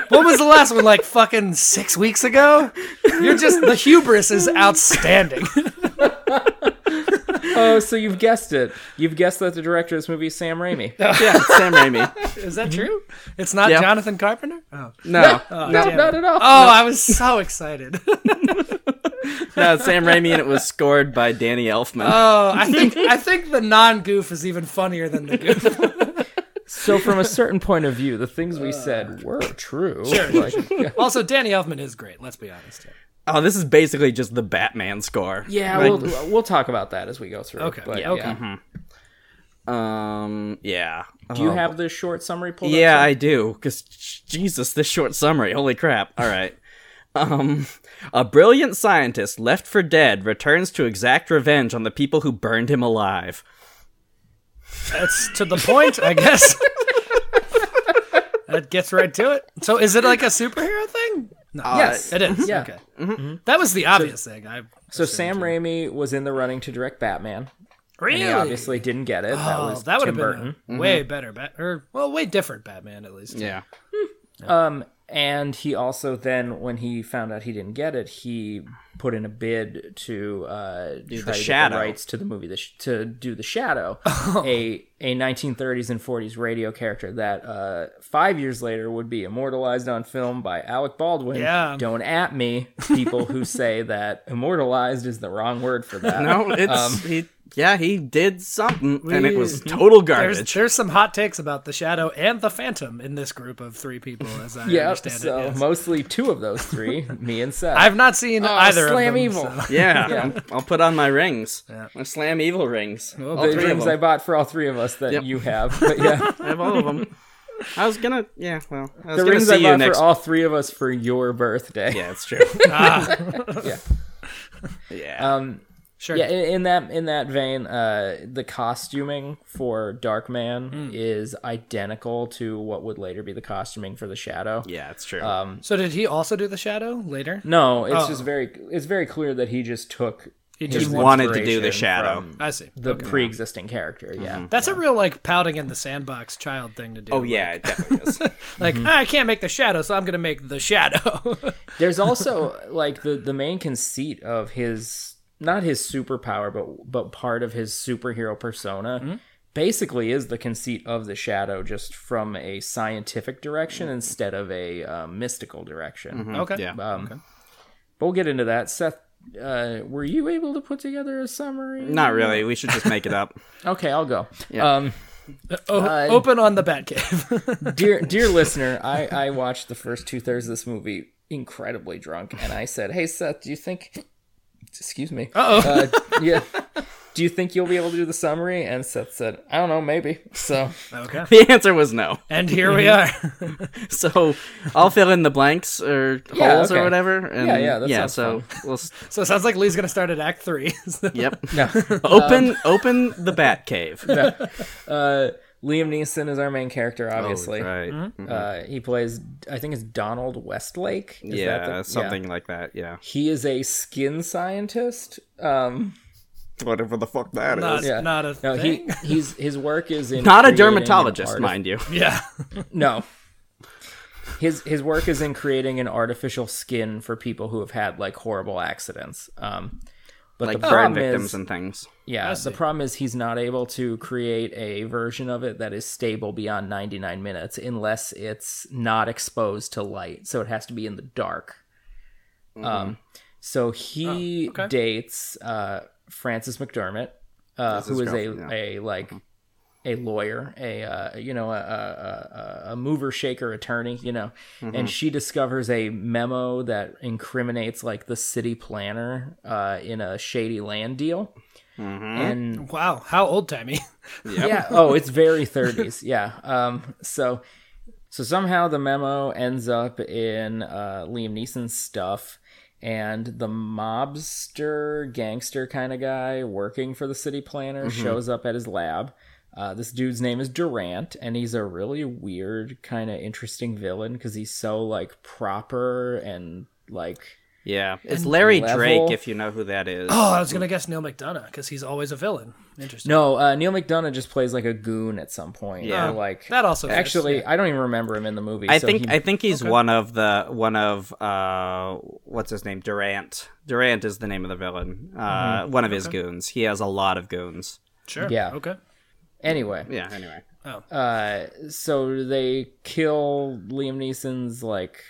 Speaker 5: When was the last one? Like fucking six weeks ago? You're just, the hubris is outstanding.
Speaker 3: oh, so you've guessed it. You've guessed that the director of this movie is Sam Raimi.
Speaker 5: Oh,
Speaker 3: no,
Speaker 4: yeah, it's Sam Raimi.
Speaker 5: Is that true? Mm-hmm. It's not
Speaker 4: Yeah.
Speaker 5: Jonathan Carpenter? Oh.
Speaker 4: No, no,
Speaker 5: damn.
Speaker 3: not at all.
Speaker 5: Oh, I was so excited.
Speaker 4: no, it's Sam Raimi, and it was scored by Danny Elfman.
Speaker 5: Oh, I think I think the non-goof is even funnier than the goof.
Speaker 3: So from a certain point of view, the things we
Speaker 5: Uh.
Speaker 3: said were true. Like,
Speaker 5: Also, Danny Elfman is great, let's be honest. here.
Speaker 4: oh, this is basically just the Batman score.
Speaker 3: yeah,
Speaker 4: Like,
Speaker 3: we'll we'll talk about that as we go through.
Speaker 5: Okay,
Speaker 3: But,
Speaker 5: yeah, okay.
Speaker 3: Mm-hmm.
Speaker 4: um, yeah.
Speaker 3: Do you
Speaker 5: Oh.
Speaker 3: have the short summary pulled up?
Speaker 4: Yeah,
Speaker 3: Zach?
Speaker 4: I do. Because Jesus, this short summary. Holy crap. All right. Um, a brilliant scientist left for dead returns to exact revenge on the people who burned him alive.
Speaker 5: That's to the point, I guess. that gets right to it. So, is it like a superhero thing? No.
Speaker 3: Yes. Mm-hmm.
Speaker 5: It is.
Speaker 3: Yeah.
Speaker 5: Okay. Mm-hmm. That was the obvious thing. I
Speaker 3: So Sam Raimi was in the running to direct Batman.
Speaker 5: really
Speaker 3: He obviously didn't get it. that
Speaker 5: Oh,
Speaker 3: was
Speaker 5: that would
Speaker 3: Tim
Speaker 5: have been
Speaker 3: Burton. Mm-hmm.
Speaker 5: a way better Bat or well, way different Batman at least.
Speaker 4: Yeah.
Speaker 3: And he also then, when he found out he didn't get it, he put in a bid to uh, try to get the
Speaker 4: Shadow.
Speaker 3: rights to the movie the sh- to do the Shadow,
Speaker 5: Oh.
Speaker 3: a a 1930s and 40s radio character that uh, five years later would be immortalized on film by Alec Baldwin.
Speaker 5: Yeah.
Speaker 3: Don't at me, people who say that immortalized is the wrong word for that.
Speaker 4: No, it's he Um, yeah, he did something, and it was total
Speaker 5: There's,
Speaker 4: garbage.
Speaker 5: there's some hot takes about the Shadow and the Phantom in this group of three people, as I
Speaker 3: Yeah,
Speaker 5: understand
Speaker 3: so
Speaker 5: it. yes.
Speaker 3: mostly two of those three, me and Seth. Uh,
Speaker 5: I've not seen either
Speaker 3: Oh, Slam
Speaker 5: of them.
Speaker 3: Evil.
Speaker 5: so-
Speaker 4: Yeah, I'll, I'll put on my rings.
Speaker 5: Yeah.
Speaker 4: My slam evil rings. All
Speaker 3: the
Speaker 4: three of
Speaker 3: rings I
Speaker 4: them.
Speaker 3: bought for all three of us that
Speaker 4: Yep.
Speaker 3: you have. But yeah,
Speaker 4: I have all of them. I was gonna, yeah, well, I was
Speaker 3: the
Speaker 4: gonna
Speaker 3: rings
Speaker 4: see
Speaker 3: I
Speaker 4: you
Speaker 3: bought
Speaker 4: next.
Speaker 3: for all three of us for your birthday.
Speaker 4: yeah, it's true.
Speaker 3: Ah. Yeah.
Speaker 4: yeah,
Speaker 3: Um,
Speaker 5: Sure.
Speaker 3: yeah, in, in that in that vein, uh, the costuming for Darkman
Speaker 4: Hmm.
Speaker 3: is identical to what would later be the costuming for the Shadow.
Speaker 4: yeah, it's true.
Speaker 3: um,
Speaker 5: So did he also do the Shadow later?
Speaker 3: No, it's just very it's very clear that he just took
Speaker 5: He
Speaker 3: his
Speaker 5: just
Speaker 4: wanted to do the
Speaker 3: inspiration
Speaker 4: Shadow.
Speaker 3: from
Speaker 5: I see.
Speaker 3: the pre-existing character. Yeah,
Speaker 5: That's a real like pouting in the sandbox child thing to do.
Speaker 4: oh yeah, it definitely is.
Speaker 5: Like
Speaker 3: Mm-hmm.
Speaker 5: "Ah, I can't make the Shadow, so I'm gonna make the Shadow.
Speaker 4: Mm,
Speaker 3: There's also like the the main conceit of his not his superpower, but but part of his superhero persona. Basically, is the conceit of the shadow just from a scientific direction instead of a uh, mystical direction?
Speaker 5: Mm-hmm. okay.
Speaker 4: Yeah.
Speaker 3: Um, But we'll get into that. Seth, uh, were you able to put together a summary?
Speaker 4: Not really. We should just make it up.
Speaker 3: Okay, I'll go. Um,
Speaker 5: O-
Speaker 3: uh,
Speaker 5: open on the Batcave.
Speaker 3: dear dear listener, I, I watched the first two thirds of this movie incredibly drunk, and I said, "Hey Seth, do you think?" Excuse me.
Speaker 5: Uh-oh.
Speaker 3: Uh Yeah. Do you think you'll be able to do the summary? And Seth said, "I don't know, maybe." So
Speaker 5: okay.
Speaker 4: The answer was no.
Speaker 5: And here we are.
Speaker 3: Mm-hmm.
Speaker 4: So I'll fill in the blanks or
Speaker 3: Yeah,
Speaker 4: holes
Speaker 3: okay.
Speaker 4: or whatever. And
Speaker 3: Yeah, yeah, that sounds
Speaker 4: so we'll. s-
Speaker 5: So it sounds like Lee's gonna start at Act Three. So-
Speaker 4: Yep.
Speaker 3: no.
Speaker 4: Open, open the bat cave.
Speaker 3: Uh, Liam Neeson is our main character, obviously.
Speaker 4: Oh, Right.
Speaker 3: Uh, he plays, I think it's Donald Westlake. Is that the-
Speaker 4: yeah, something like that. Yeah.
Speaker 3: He is a skin scientist. Um,
Speaker 4: Whatever the fuck that is.
Speaker 5: Not,
Speaker 3: yeah.
Speaker 5: not a
Speaker 3: no,
Speaker 5: thing.
Speaker 3: he he's his work is in
Speaker 4: Not a
Speaker 3: creating
Speaker 4: dermatologist,
Speaker 3: artif-
Speaker 4: mind you.
Speaker 5: yeah.
Speaker 3: No. His his work is in creating an artificial skin for people who have had like horrible accidents. Um, but
Speaker 4: Like
Speaker 3: the
Speaker 4: burn
Speaker 3: problem
Speaker 4: victims
Speaker 3: is,
Speaker 4: and things.
Speaker 3: yeah, the problem is he's not able to create a version of it that is stable beyond 99 minutes unless it's not exposed to light. So it has to be in the dark. Um, so he
Speaker 5: okay.
Speaker 3: dates uh, Frances McDermott, uh,
Speaker 4: That's his
Speaker 3: who is a
Speaker 4: girlfriend, yeah.
Speaker 3: a like a lawyer, a uh, you know a, a, a- a mover shaker attorney, you know, and she discovers a memo that incriminates like the city planner uh, in a shady land deal. And
Speaker 5: Wow. How old timey.
Speaker 3: yeah, oh, it's very 30s. Yeah. Um, so so somehow the memo ends up in uh, Liam Neeson's stuff, and the mobster gangster kind of guy working for the city planner
Speaker 4: Mm-hmm.
Speaker 3: shows up at his lab. Uh, this dude's name is Durant, and he's a really weird, kind of interesting villain because he's so like proper and like
Speaker 4: Yeah. It's Larry
Speaker 3: level-
Speaker 4: Drake, if you know who that is.
Speaker 5: Oh, I was gonna guess Neil McDonough because he's always a villain. Interesting.
Speaker 3: no uh, Neil McDonough just plays like a goon at some point.
Speaker 4: Yeah.
Speaker 3: or, like
Speaker 5: That also fits,
Speaker 3: actually
Speaker 5: yeah.
Speaker 3: I don't even remember him in the movie.
Speaker 4: I
Speaker 3: so
Speaker 4: think
Speaker 3: he-
Speaker 4: I think he's one of the one of uh what's his name Durant Durant is the name of the villain uh one of his goons he has a lot of goons
Speaker 5: Sure.
Speaker 3: Yeah.
Speaker 5: Okay.
Speaker 3: anyway.
Speaker 4: yeah anyway
Speaker 3: Uh, so they kill Liam Neeson's like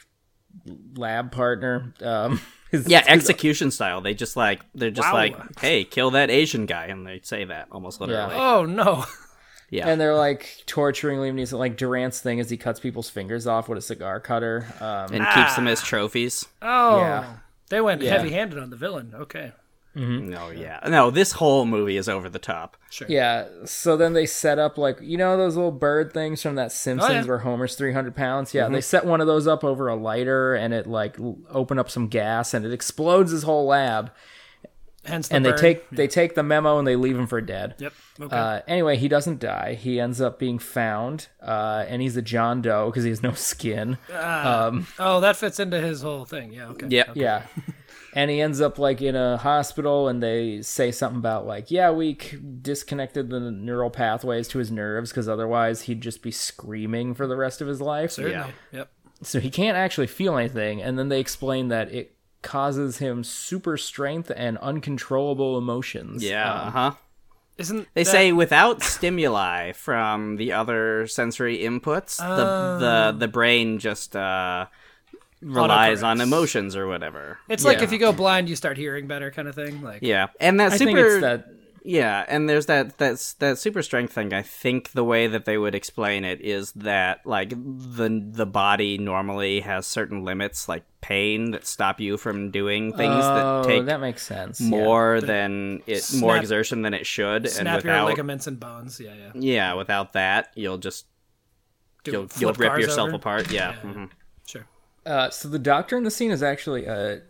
Speaker 3: lab partner. Um, his-
Speaker 4: yeah
Speaker 3: his-
Speaker 4: execution style they just like they're just
Speaker 5: Wow.
Speaker 4: like hey kill that Asian guy and they say that almost literally yeah,
Speaker 5: Oh no.
Speaker 3: and they're like torturing Liam Neeson. Like Durant's thing is he cuts people's fingers off with a cigar cutter. Um,
Speaker 4: and keeps them as trophies
Speaker 5: Oh.
Speaker 3: Yeah.
Speaker 5: They went
Speaker 3: Yeah.
Speaker 5: heavy-handed on the villain. Okay.
Speaker 4: no Oh, yeah no this whole movie is over the top
Speaker 3: yeah. So then they set up like you know those little bird things from that Simpsons
Speaker 5: yeah.
Speaker 3: where Homer's three hundred pounds. Yeah, they set one of those up over a lighter and it like l- opened up some gas and it explodes his whole lab.
Speaker 5: Hence the
Speaker 3: And they
Speaker 5: burn.
Speaker 3: take they take the memo and they leave him for dead.
Speaker 5: Yep. Okay.
Speaker 3: Uh, anyway, he doesn't die. He ends up being found, uh, and he's a John Doe because he has no skin.
Speaker 5: oh, that fits into his whole thing. Yeah. Okay.
Speaker 4: yeah
Speaker 3: Yeah, and he ends up like in a hospital, and they say something about like, yeah, we c- disconnected the neural pathways to his nerves because otherwise he'd just be screaming for the rest of his life.
Speaker 5: Certainly. Yep.
Speaker 3: So he can't actually feel anything. And then they explain that it causes him super strength and uncontrollable emotions.
Speaker 4: yeah uh huh
Speaker 5: Isn't
Speaker 4: They
Speaker 5: that-
Speaker 4: say without stimuli from the other sensory inputs,
Speaker 3: Ah.
Speaker 4: the the the brain just uh, relies on
Speaker 5: Autocorrects.
Speaker 4: emotions or whatever.
Speaker 5: It's like
Speaker 3: Yeah.
Speaker 5: if you go blind, you start hearing better, kind of thing. Like,
Speaker 4: Yeah, and that
Speaker 3: I
Speaker 4: super
Speaker 3: think it's that
Speaker 4: Yeah, and there's that that's that super strength thing. I think the way that they would explain it is that like the the body normally has certain limits, like pain, that stop you from doing things
Speaker 3: oh,
Speaker 4: that take
Speaker 3: that makes sense. yeah.
Speaker 4: more than it more
Speaker 5: Snap-
Speaker 4: exertion than it should, and
Speaker 5: Snap your
Speaker 4: without
Speaker 5: ligaments and bones. Yeah, yeah.
Speaker 4: yeah, without that, you'll just
Speaker 5: Do
Speaker 4: you'll you'll
Speaker 5: flip
Speaker 4: rip
Speaker 5: cars
Speaker 4: yourself
Speaker 5: over.
Speaker 4: apart. Yeah, mhm.
Speaker 5: Sure.
Speaker 3: Uh, so the doctor in the scene is actually uh,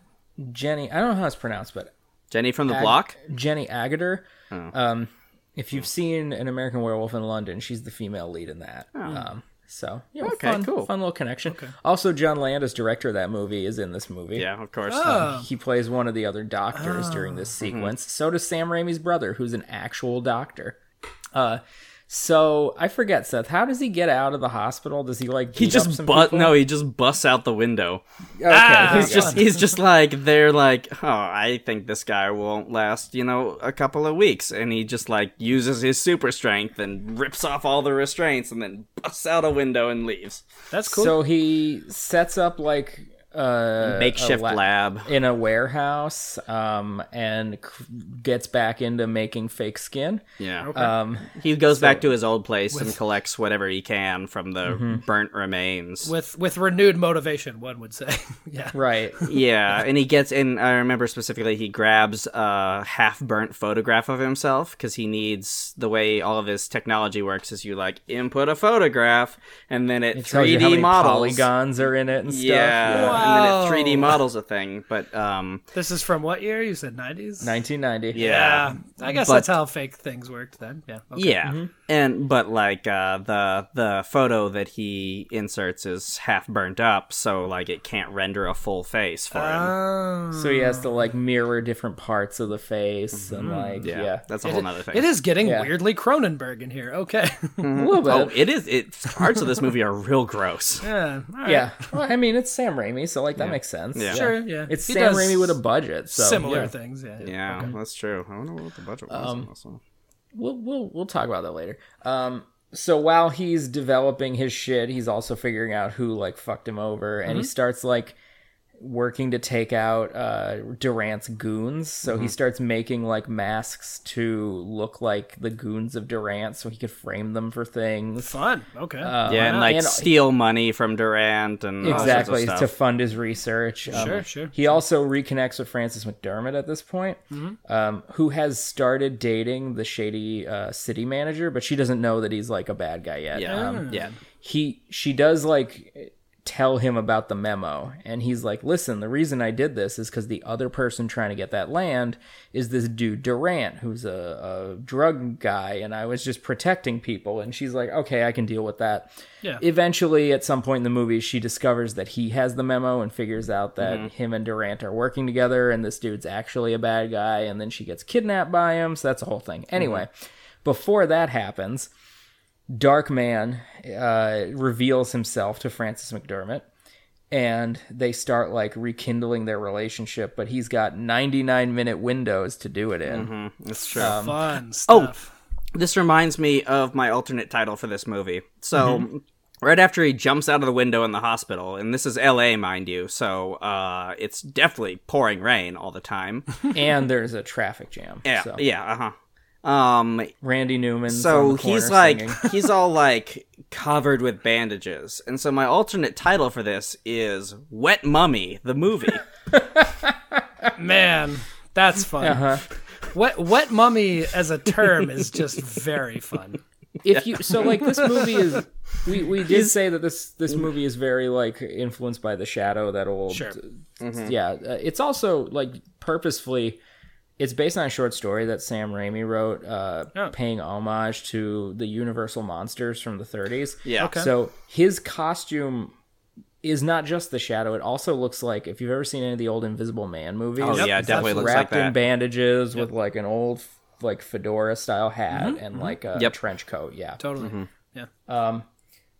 Speaker 3: Jenny. I don't know how it's pronounced, but
Speaker 4: Jenny from the block.
Speaker 3: Jenny Agutter.
Speaker 4: Oh.
Speaker 3: Um, if you've seen An American Werewolf in London, she's the female lead in that. Um, so yeah,
Speaker 4: Oh. Okay,
Speaker 3: fun,
Speaker 4: cool.
Speaker 3: fun little connection. Also, John Landis, director of that movie, is in this movie.
Speaker 4: Yeah, of course.
Speaker 5: Oh,
Speaker 3: He plays one of the other doctors during this
Speaker 4: Mm-hmm.
Speaker 3: sequence. So does Sam Raimi's brother, who's an actual doctor. Uh, so I forget, Seth. How does he get out of the hospital? Does he like
Speaker 4: He
Speaker 3: beat up
Speaker 4: just
Speaker 3: some
Speaker 4: but
Speaker 3: people?
Speaker 4: no, he just busts out the window.
Speaker 3: Okay, there
Speaker 5: Ah, Oh,
Speaker 4: he's
Speaker 3: you go.
Speaker 4: just he's just like they're like oh i think this guy won't last you know a couple of weeks and he just like uses his super strength and rips off all the restraints and then busts out a window and leaves
Speaker 5: that's cool.
Speaker 3: So he sets up like uh,
Speaker 4: makeshift
Speaker 3: a la-
Speaker 4: lab
Speaker 3: in a warehouse um, and c- gets back into making fake skin.
Speaker 4: yeah
Speaker 3: Um,
Speaker 4: he goes back to his old place and collects whatever he can from the
Speaker 3: Mm-hmm.
Speaker 4: burnt remains
Speaker 5: with with renewed motivation, one would say. yeah.
Speaker 3: right.
Speaker 4: yeah and he gets in i remember specifically he grabs a half burnt photograph of himself because he needs the way all of his technology works is you like input a photograph and then it,
Speaker 3: It tells you how
Speaker 4: 3d
Speaker 3: many
Speaker 4: models
Speaker 3: polygons are in it and stuff.
Speaker 4: yeah
Speaker 5: Wow.
Speaker 4: and then it 3d models a thing but um
Speaker 5: This is from what year? You said nineties.
Speaker 3: 1990.
Speaker 4: yeah
Speaker 5: I guess
Speaker 4: But-
Speaker 5: that's how fake things worked then. Yeah. okay.
Speaker 4: yeah
Speaker 3: mm-hmm.
Speaker 4: and but like uh the the photo that he inserts is half burnt up so like it can't render a full face for him
Speaker 5: Oh.
Speaker 3: So he has to like mirror different parts of the face and like
Speaker 4: Mm-hmm. yeah,
Speaker 3: yeah,
Speaker 4: that's a
Speaker 5: It
Speaker 4: whole
Speaker 5: i-
Speaker 4: nother thing
Speaker 5: It is getting
Speaker 3: Yeah.
Speaker 5: weirdly Cronenberg in here. Okay.
Speaker 3: a little bit.
Speaker 4: Oh, it is. It parts of this movie are real gross.
Speaker 5: yeah. all right.
Speaker 3: yeah. Well, I mean, it's Sam Raimi, so like that makes sense.
Speaker 4: Oh, Yeah.
Speaker 5: Sure, yeah.
Speaker 3: It's
Speaker 5: He
Speaker 3: Sam
Speaker 5: does
Speaker 3: Raimi with a budget. So
Speaker 5: Similar
Speaker 3: yeah.
Speaker 5: things. Yeah.
Speaker 4: Yeah, that's true. I wonder what the budget was
Speaker 3: Um,
Speaker 4: on this one.
Speaker 3: we'll we'll we'll talk about that later. Um so while he's developing his shit, he's also figuring out who like fucked him over and he starts like working to take out uh Durant's goons. So he starts making like masks to look like the goons of Durant so he could frame them for things.
Speaker 5: Fun. Okay.
Speaker 4: yeah, and like
Speaker 3: and-
Speaker 4: steal money from Durant and all sorts of
Speaker 3: exactly
Speaker 4: stuff.
Speaker 3: to fund his research. Um,
Speaker 5: Sure, sure,
Speaker 3: He also reconnects with Francis McDermott at this point,
Speaker 4: Mm-hmm.
Speaker 3: um, who has started dating the shady uh, city manager, but she doesn't know that he's like a bad guy yet.
Speaker 4: yeah,
Speaker 3: Um,
Speaker 4: yeah.
Speaker 3: he she does like tell him about the memo and he's like listen the reason i did this is because the other person trying to get that land is this dude durant who's a, a drug guy and i was just protecting people and she's like okay i can deal with that
Speaker 5: Yeah.
Speaker 3: eventually at some point in the movie she discovers that he has the memo and figures out that him and durant are working together and this dude's actually a bad guy and then she gets kidnapped by him so that's a whole thing anyway before that happens dark man uh, reveals himself to Francis McDermott, and they start like rekindling their relationship. But he's got 99 minute windows to do it in.
Speaker 4: That's true.
Speaker 3: Uh,
Speaker 5: Fun
Speaker 4: oh.
Speaker 5: stuff.
Speaker 4: this reminds me of my alternate title for this movie. So,
Speaker 3: Mm-hmm.
Speaker 4: right after he jumps out of the window in the hospital, and this is L.A., mind you, so uh, it's definitely pouring rain all the time.
Speaker 3: and there's a traffic jam.
Speaker 4: Yeah,
Speaker 3: so.
Speaker 4: yeah, uh huh. Um,
Speaker 3: Randy Newman.
Speaker 4: so he's like he's all like covered with bandages and so my alternate title for this is wet mummy the movie
Speaker 5: Man, that's fun.
Speaker 4: Uh-huh.
Speaker 3: Uh-huh.
Speaker 5: Wet wet mummy as a term is just very fun.
Speaker 3: if you so like this movie is. We, we did say that this this movie is very like influenced by the shadow that old
Speaker 5: Sure.
Speaker 4: Mm-hmm.
Speaker 3: yeah uh, it's also like purposefully it's based on a short story that Sam Raimi wrote, uh,
Speaker 5: Oh.
Speaker 3: paying homage to the Universal monsters from the 30s.
Speaker 4: Yeah. Okay.
Speaker 3: So his costume is not just the shadow; it also looks like if you've ever seen any of the old Invisible Man movies.
Speaker 4: Oh, Yep. yeah, it
Speaker 3: it's
Speaker 4: definitely looks like
Speaker 3: wrapped in
Speaker 4: that.
Speaker 3: bandages with like an old like fedora style hat and like a
Speaker 4: Mm-hmm. Yep.
Speaker 3: trench coat. Yeah.
Speaker 5: Totally.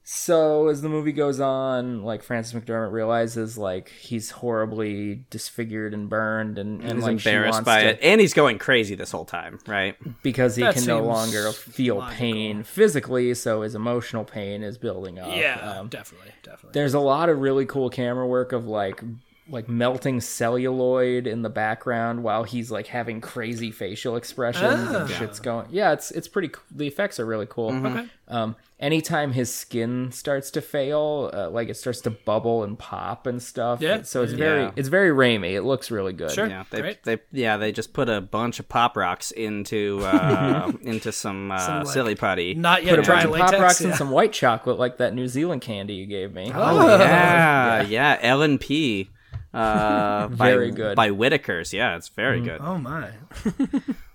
Speaker 3: So as the movie goes on, like Francis McDermott realizes like he's horribly disfigured and burned, and, and
Speaker 4: he's
Speaker 3: like she
Speaker 4: embarrassed
Speaker 3: wants
Speaker 4: by
Speaker 3: to-
Speaker 4: it and he's going crazy this whole time right
Speaker 3: because he
Speaker 5: That
Speaker 3: can no
Speaker 5: seems
Speaker 3: longer feel
Speaker 5: logical.
Speaker 3: pain physically, so his emotional pain is building up.
Speaker 5: Yeah,
Speaker 3: Um,
Speaker 5: definitely, definitely.
Speaker 3: there's a lot of really cool camera work of like like melting celluloid in the background while he's like having crazy facial expressions
Speaker 5: Ah.
Speaker 3: and shit's going. Yeah, it's it's pretty. c- The effects are really cool.
Speaker 5: Okay.
Speaker 3: Um, anytime his skin starts to fail, uh, like it starts to bubble and pop and stuff.
Speaker 5: Yeah.
Speaker 3: So it's very
Speaker 4: Yeah.
Speaker 3: it's very Raimi. It looks really good.
Speaker 5: Sure.
Speaker 4: Yeah, they,
Speaker 5: Great.
Speaker 4: they yeah they just put a bunch of pop rocks into uh, into some, uh,
Speaker 5: Some, like,
Speaker 4: silly putty.
Speaker 5: Not
Speaker 3: Put
Speaker 5: yet
Speaker 3: a bunch
Speaker 5: dry
Speaker 3: of pop rocks
Speaker 5: latex.
Speaker 3: and
Speaker 5: Yeah.
Speaker 3: some white chocolate, like that New Zealand candy you gave me.
Speaker 4: oh yeah, yeah, L and P. Uh,
Speaker 3: Very
Speaker 4: by,
Speaker 3: good.
Speaker 4: by Whitakers. Yeah, it's very good.
Speaker 3: Mm-hmm.
Speaker 5: Oh my.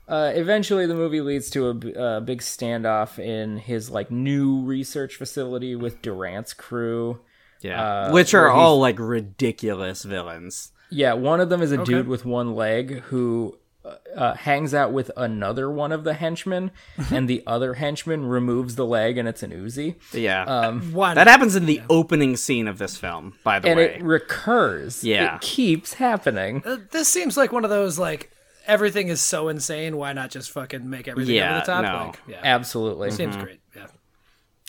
Speaker 3: Uh, eventually, the movie leads to a b- uh, big standoff in his like new research facility with Durant's crew.
Speaker 4: Yeah,
Speaker 3: Uh,
Speaker 4: which
Speaker 3: where
Speaker 4: are
Speaker 3: he's-
Speaker 4: all like ridiculous villains.
Speaker 3: Yeah, one of them is a dude with one leg who uh, uh, hangs out with another one of the henchmen,
Speaker 5: Mm-hmm.
Speaker 3: and the other henchman removes the leg, and it's an Uzi.
Speaker 4: Yeah,
Speaker 3: Um,
Speaker 5: One.
Speaker 4: that happens in the opening scene of this film. By the
Speaker 3: And
Speaker 4: way,
Speaker 3: it recurs.
Speaker 4: Yeah.
Speaker 3: it keeps happening.
Speaker 5: Uh, this seems like one of those like everything is so insane. Why not just fucking make everything
Speaker 4: Yeah,
Speaker 5: over the top?
Speaker 4: no.
Speaker 5: Like, yeah,
Speaker 3: Absolutely.
Speaker 5: seems great. Yeah.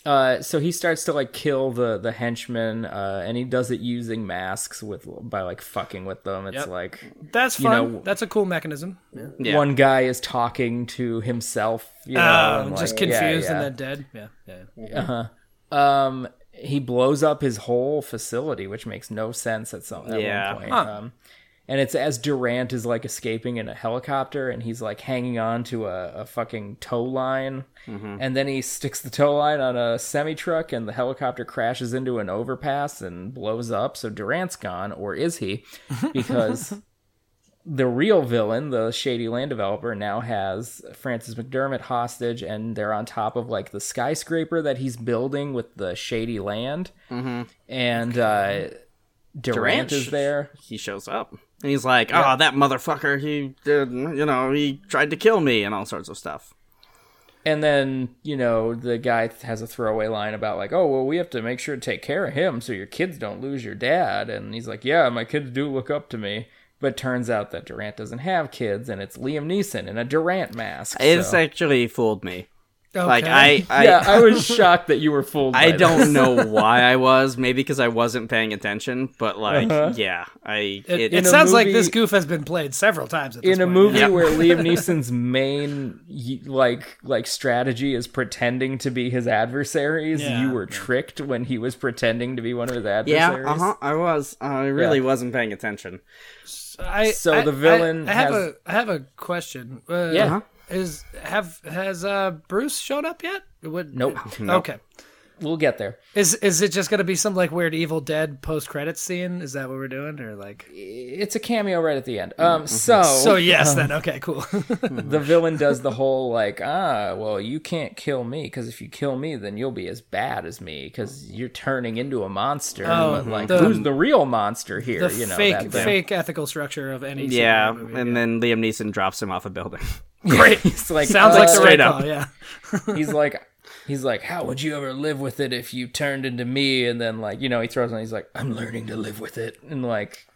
Speaker 3: Uh, so he starts to like kill the the henchmen, uh, and he does it using masks with by like fucking with them. It's
Speaker 5: Yep.
Speaker 3: like
Speaker 5: That's
Speaker 3: You
Speaker 5: fun.
Speaker 3: know-
Speaker 5: That's a cool mechanism.
Speaker 4: Yeah.
Speaker 3: one guy is talking to himself. You know,
Speaker 5: Oh,
Speaker 3: and,
Speaker 5: just
Speaker 3: like, yeah,
Speaker 5: confused and
Speaker 3: yeah.
Speaker 5: then dead. Yeah, yeah.
Speaker 3: um, he blows up his whole facility, which makes no sense at some at
Speaker 4: Yeah.
Speaker 3: one point. Um, and it's as Durant is like escaping in a helicopter, and he's like hanging on to a, a fucking tow line,
Speaker 4: Mm-hmm.
Speaker 3: and then he sticks the tow line on a semi truck, and the helicopter crashes into an overpass and blows up. So Durant's gone, or is he? Because the real villain, the shady land developer, now has Francis McDermott hostage, and they're on top of like the skyscraper that he's building with the shady land. Mm-hmm. And uh, Durant,
Speaker 4: Durant
Speaker 3: is
Speaker 4: sh-
Speaker 3: there.
Speaker 4: he shows up and he's like, "Oh, that motherfucker! He did, you know, he tried to kill me and all sorts of stuff."
Speaker 3: And then, you know, the guy th- has a throwaway line about, like, oh, well, we have to make sure to take care of him so your kids don't lose your dad. And he's like, yeah, my kids do look up to me. But turns out that Durant doesn't have kids, and it's Liam Neeson in a Durant mask.
Speaker 4: It's
Speaker 3: so-
Speaker 4: actually fooled me.
Speaker 5: Okay.
Speaker 4: Like I, I,
Speaker 3: yeah, I was shocked that you were fooled.
Speaker 4: I
Speaker 3: by
Speaker 4: don't know why I was. Maybe because I wasn't paying attention. But like, yeah, I.
Speaker 5: it,
Speaker 4: It,
Speaker 5: it
Speaker 3: a
Speaker 5: sounds like
Speaker 3: movie-
Speaker 5: this goof has been played several times at this
Speaker 3: in a
Speaker 5: point,
Speaker 3: movie
Speaker 5: yeah.
Speaker 3: where Liam Neeson's main y- like like strategy is pretending to be his adversaries,
Speaker 5: Yeah.
Speaker 3: you were tricked when he was pretending to be one of his
Speaker 4: yeah,
Speaker 3: adversaries.
Speaker 4: uh huh. I was. I really
Speaker 3: Yeah.
Speaker 4: wasn't paying attention.
Speaker 5: I,
Speaker 3: So
Speaker 5: I-
Speaker 3: the villain
Speaker 5: I, I have
Speaker 3: has-
Speaker 5: a I have a question. Uh,
Speaker 3: Yeah. Uh-huh.
Speaker 5: Is have has uh, Bruce shown up yet? What, uh,
Speaker 3: Nope.
Speaker 5: Okay.
Speaker 3: We'll get there.
Speaker 5: Is is it just gonna be some like weird Evil Dead post credits scene? Is that what we're doing or like?
Speaker 3: It's a cameo right at the end. Um,
Speaker 4: Mm-hmm.
Speaker 3: so
Speaker 5: So
Speaker 3: Um,
Speaker 5: yes, then okay, cool.
Speaker 3: the villain does the whole like, ah, well, you can't kill me because if you kill me, then you'll be as bad as me because you're turning into a monster.
Speaker 5: Oh,
Speaker 3: but, like,
Speaker 5: the-
Speaker 3: who's the real monster here?
Speaker 5: the
Speaker 3: you know,
Speaker 5: fake
Speaker 3: that thing.
Speaker 5: fake ethical structure of any
Speaker 4: Yeah,
Speaker 5: superhero movie,
Speaker 4: and then Liam Neeson drops him off a building.
Speaker 3: Great. It's like
Speaker 5: sounds like
Speaker 3: uh,
Speaker 5: the
Speaker 4: straight
Speaker 5: right
Speaker 4: up.
Speaker 5: call, yeah
Speaker 3: he's like he's like how would you ever live with it if you turned into me and then like you know he throws on he's like i'm learning to live with it and like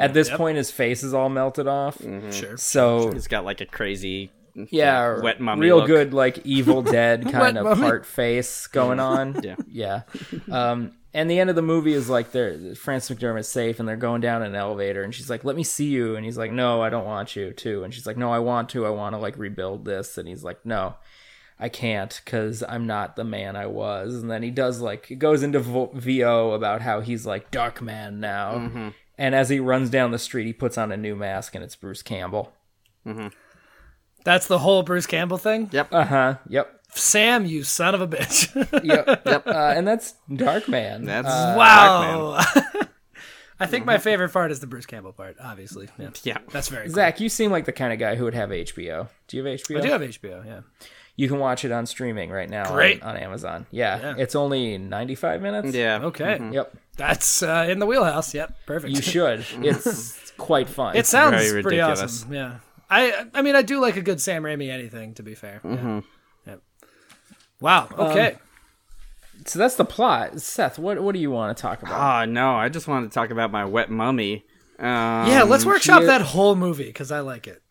Speaker 3: at this point his face is all melted off
Speaker 5: Mm-hmm. sure
Speaker 3: so
Speaker 4: He's got like a crazy.
Speaker 3: yeah
Speaker 4: Wet mummy
Speaker 3: real
Speaker 4: look.
Speaker 3: good like evil dead kind of
Speaker 5: mummy.
Speaker 3: heart face going on
Speaker 4: Yeah.
Speaker 3: yeah um and the end of the movie is like they're Frances McDermott's safe and they're going down an elevator and she's like, Let me see you and he's like, No, I don't want you to and she's like, No, I want to, I wanna like rebuild this and he's like, No, I can't because I'm not the man I was. And then he does like, he goes into vo- VO about how he's like Dark Man now.
Speaker 4: Mm-hmm.
Speaker 3: And as he runs down the street, he puts on a new mask and it's Bruce Campbell.
Speaker 5: that's the whole Bruce Campbell thing.
Speaker 3: Uh huh. Yep.
Speaker 5: Sam, you son of a bitch.
Speaker 3: Yep. yep. Uh, and that's Dark Man.
Speaker 4: That's
Speaker 5: Uh, wow. I think my favorite part is the Bruce Campbell part, obviously. Yeah.
Speaker 4: yeah.
Speaker 5: That's very cool.
Speaker 3: Zach, you seem like the kind of guy who would have HBO. Do you have HBO?
Speaker 5: I do have HBO, yeah.
Speaker 3: You can watch it on streaming right now on-
Speaker 5: Great.
Speaker 3: On, Amazon. Yeah,
Speaker 5: Yeah.
Speaker 3: It's only 95 minutes.
Speaker 4: Yeah.
Speaker 5: Okay.
Speaker 3: Yep.
Speaker 5: That's uh, in the wheelhouse. Yep. Perfect.
Speaker 3: You should. it's quite fun.
Speaker 5: it sounds
Speaker 4: Very
Speaker 5: pretty
Speaker 4: ridiculous.
Speaker 5: awesome. Yeah. I I mean I do like a good Sam Raimi anything to be fair. Yeah.
Speaker 4: Mm-hmm.
Speaker 5: Yep. Wow.
Speaker 4: Um,
Speaker 5: Okay.
Speaker 3: so that's the plot. Seth, what, what do you want to talk
Speaker 5: Ah,
Speaker 3: about?
Speaker 4: Oh no, I just wanted to talk about my wet mummy. Um,
Speaker 5: yeah, let's workshop
Speaker 3: here-
Speaker 5: that whole movie cuz I like it.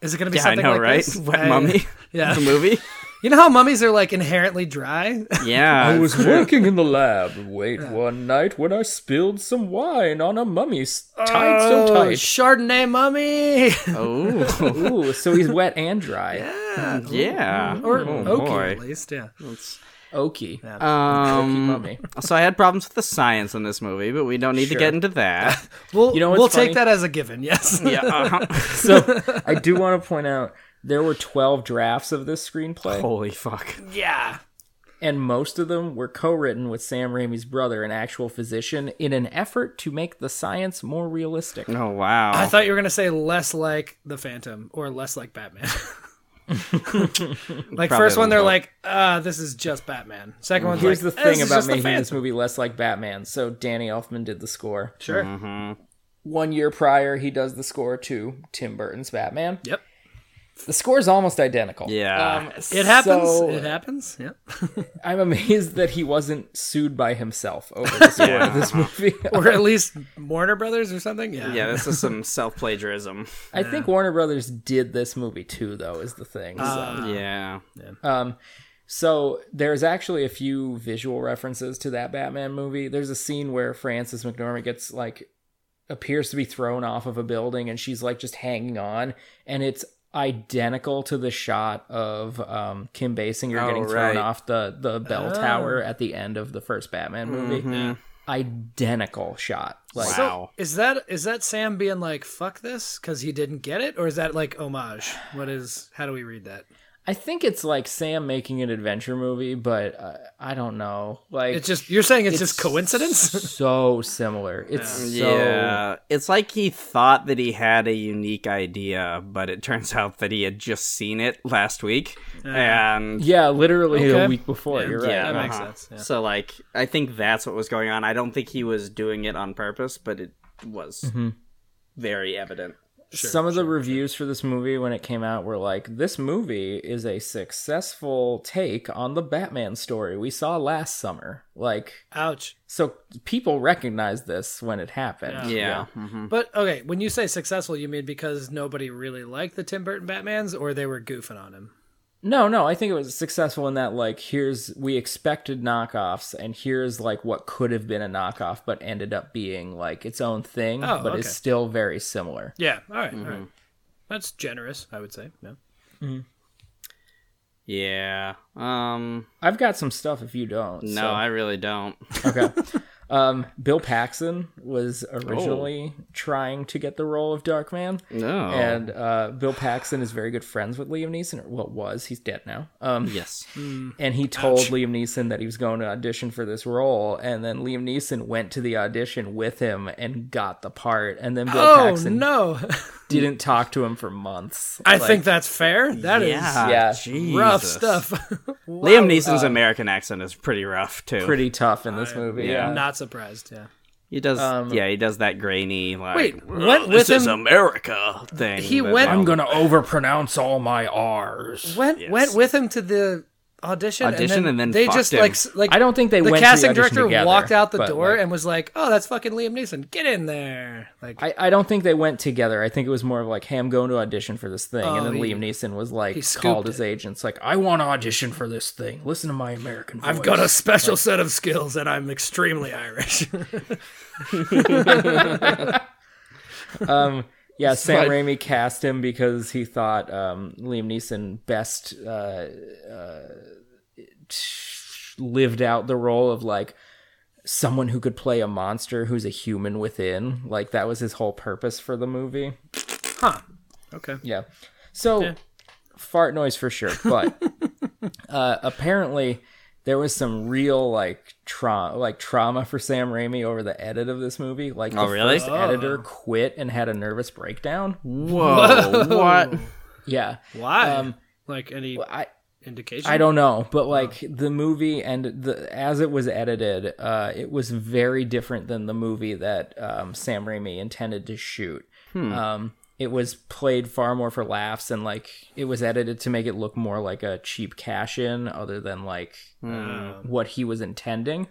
Speaker 5: Is it going to be
Speaker 4: Yeah, I
Speaker 5: something
Speaker 4: know,
Speaker 5: like
Speaker 4: right?
Speaker 5: this?
Speaker 4: Wet
Speaker 5: I-
Speaker 4: mummy.
Speaker 5: Yeah.
Speaker 4: the movie.
Speaker 5: You know how mummies are like inherently dry?
Speaker 4: Yeah.
Speaker 3: I was
Speaker 4: it's-
Speaker 3: working in the lab late one night when I spilled some wine on a mummy s- tied so
Speaker 5: Oh,
Speaker 3: tight.
Speaker 5: Chardonnay mummy.
Speaker 4: Oh,
Speaker 3: Ooh, so he's wet and dry.
Speaker 4: yeah.
Speaker 5: or
Speaker 4: oh,
Speaker 5: oaky
Speaker 4: boy.
Speaker 5: at least, yeah.
Speaker 3: Oaky.
Speaker 4: Um,
Speaker 3: mummy.
Speaker 4: So I had problems with the science in this movie, but we don't need to get into that.
Speaker 5: We'll,
Speaker 3: You know what's
Speaker 5: we'll
Speaker 3: funny?
Speaker 5: take that as a given, yes.
Speaker 4: yeah. uh-huh.
Speaker 3: So I do want to point out there were 12 drafts of this screenplay,
Speaker 5: Oh.
Speaker 4: Holy fuck.
Speaker 5: yeah.
Speaker 3: and most of them were co written with Sam Raimi's brother, an actual physician, in an effort to make the science more realistic.
Speaker 4: Oh wow.
Speaker 5: I thought you were gonna say less like the Phantom or less like Batman. like first one, they're
Speaker 4: both.
Speaker 5: like, "Ah, this is just Batman."
Speaker 4: Mm-hmm.
Speaker 5: Second one,
Speaker 3: Here's
Speaker 5: like, "Eh,
Speaker 3: the thing
Speaker 5: "This is
Speaker 3: about
Speaker 5: just the
Speaker 3: making this
Speaker 5: Phantom."
Speaker 3: movie less like Batman. So Danny Elfman did the score.
Speaker 5: Sure.
Speaker 3: One year prior, he does the score to Tim Burton's Batman.
Speaker 5: Yep.
Speaker 3: The score is almost identical.
Speaker 4: Yeah.
Speaker 5: It happens.
Speaker 3: So-
Speaker 5: It happens. Yep.
Speaker 3: I'm amazed that he wasn't sued by himself over the score of this movie.
Speaker 5: or at least Warner Brothers or something. Yeah.
Speaker 4: yeah, this is some self plagiarism.
Speaker 3: I think Warner Brothers did this movie too, though, is the thing. So-
Speaker 4: Uh,
Speaker 5: Uh,
Speaker 4: yeah.
Speaker 3: So there's actually a few visual references to that Batman movie. There's a scene where Frances McDormand gets like appears to be thrown off of a building and she's like just hanging on and it's identical to the shot of um, Kim Basinger
Speaker 4: Oh,
Speaker 3: getting
Speaker 4: right. Oh.
Speaker 3: thrown off the the bell tower at the end of the first Batman movie.
Speaker 4: Mm-hmm.
Speaker 3: Identical shot. Like
Speaker 5: So
Speaker 4: Wow.
Speaker 5: is that is that Sam being like "fuck this" because he didn't get it, or is that like homage? What is? How do we read that?
Speaker 3: I think it's like Sam making an adventure movie, but uh, I don't know. Like
Speaker 5: It's just you're saying it's, just coincidence.
Speaker 3: so similar. It's so
Speaker 4: yeah. It's like he thought that he had a unique idea, but it turns out that he had just seen it last week. And
Speaker 3: Yeah, literally
Speaker 5: Okay.
Speaker 3: a week before. You're right.
Speaker 4: yeah,
Speaker 5: that makes
Speaker 4: uh-huh.
Speaker 5: sense, yeah.
Speaker 4: So like I think that's what was going on. I don't think he was doing it on purpose, but it was very evident.
Speaker 3: Mm-hmm. Some of the reviews for this movie when it came out were like, "This movie is a successful take on the Batman story we saw last summer." Like,
Speaker 5: Ouch.
Speaker 3: so people recognized this when it happened.
Speaker 4: Yeah.
Speaker 5: But okay, when you say successful, you mean because nobody really liked the Tim Burton Batmans, or they were goofing on him.
Speaker 3: No, no, I think it was successful in that like here's we expected knockoffs and here's like what could have been a knockoff but ended up being like its own thing
Speaker 5: Oh,
Speaker 3: but is
Speaker 5: okay.
Speaker 3: still very similar.
Speaker 5: Yeah. All right, all
Speaker 4: Mm-hmm.
Speaker 5: right. That's generous, I would say. No.
Speaker 4: Yeah. Um
Speaker 3: I've got some stuff if you don't.
Speaker 4: no,
Speaker 3: so-
Speaker 4: I really don't.
Speaker 3: Okay. Um, Bill Paxton was originally trying to get the role of Darkman,
Speaker 4: No.
Speaker 3: and uh, Bill Paxton is very good friends with Liam Neeson. Or what was he's dead now? Um,
Speaker 4: yes.
Speaker 3: and he told Liam Neeson that he was going to audition for this role, and then Liam Neeson went to the audition with him and got the part. And then Bill
Speaker 5: Oh
Speaker 3: Paxton
Speaker 5: no!
Speaker 3: didn't talk to him for months.
Speaker 5: I think that's fair. That is
Speaker 3: Yeah.
Speaker 5: rough
Speaker 4: Jesus.
Speaker 5: stuff.
Speaker 4: Liam
Speaker 5: uh,
Speaker 4: Neeson's American accent is pretty rough too.
Speaker 3: Pretty tough in this movie.
Speaker 4: yeah.
Speaker 3: Yeah.
Speaker 5: Not surprised. Yeah.
Speaker 4: He does. yeah, he does that grainy like.
Speaker 5: um, Wait,
Speaker 4: "Ugh,
Speaker 5: went
Speaker 4: this
Speaker 5: with
Speaker 4: is
Speaker 5: him-
Speaker 4: America thing.
Speaker 5: He
Speaker 4: that-
Speaker 5: went-
Speaker 3: I'm gonna overpronounce all my R's.
Speaker 5: Went
Speaker 4: Yes.
Speaker 5: went with him to the audition.
Speaker 4: Audition
Speaker 5: and then,
Speaker 4: and then
Speaker 5: they
Speaker 4: fucked
Speaker 5: just
Speaker 4: him.
Speaker 5: like s- like
Speaker 3: I don't think they
Speaker 5: the
Speaker 3: went to the
Speaker 5: casting
Speaker 3: audition
Speaker 5: director
Speaker 3: together,
Speaker 5: walked out the
Speaker 3: but,
Speaker 5: door
Speaker 3: like-
Speaker 5: and was like, "Oh, that's fucking Liam Neeson. Get in there!" Like,
Speaker 3: I, I don't think they went together. I think it was more of like, hey, I'm going to audition for this thing. and
Speaker 5: Oh,
Speaker 3: then
Speaker 5: he-
Speaker 3: Liam Neeson was like,
Speaker 5: scooped
Speaker 3: called
Speaker 5: it.
Speaker 3: his agents, like, I want to audition for this thing. Listen to my American voice.
Speaker 5: I've got a special set of skills, and I'm extremely Irish.
Speaker 3: Yeah, Sam
Speaker 4: fine.
Speaker 3: Raimi cast him because he thought um, Liam Neeson best uh, uh, t- lived out the role of like someone who could play a monster who's a human within. Like, that was his whole purpose for the movie.
Speaker 5: okay.
Speaker 3: Yeah. So fart noise for sure, but uh, apparently there was some real like trauma, like trauma for Sam Raimi over the edit of this movie. Like,
Speaker 4: Oh,
Speaker 3: the
Speaker 4: really?
Speaker 3: first editor quit and had a nervous breakdown.
Speaker 4: Whoa! what?
Speaker 3: Yeah,
Speaker 5: Why? like any
Speaker 3: I
Speaker 5: indication?
Speaker 3: Um, I don't know, but like the movie and the as it was edited, uh, it was very different than the movie that um, Sam Raimi intended to shoot. Um, it was played far more for laughs, and like it was edited to make it look more like a cheap cash in, other than like uh, what he was intending.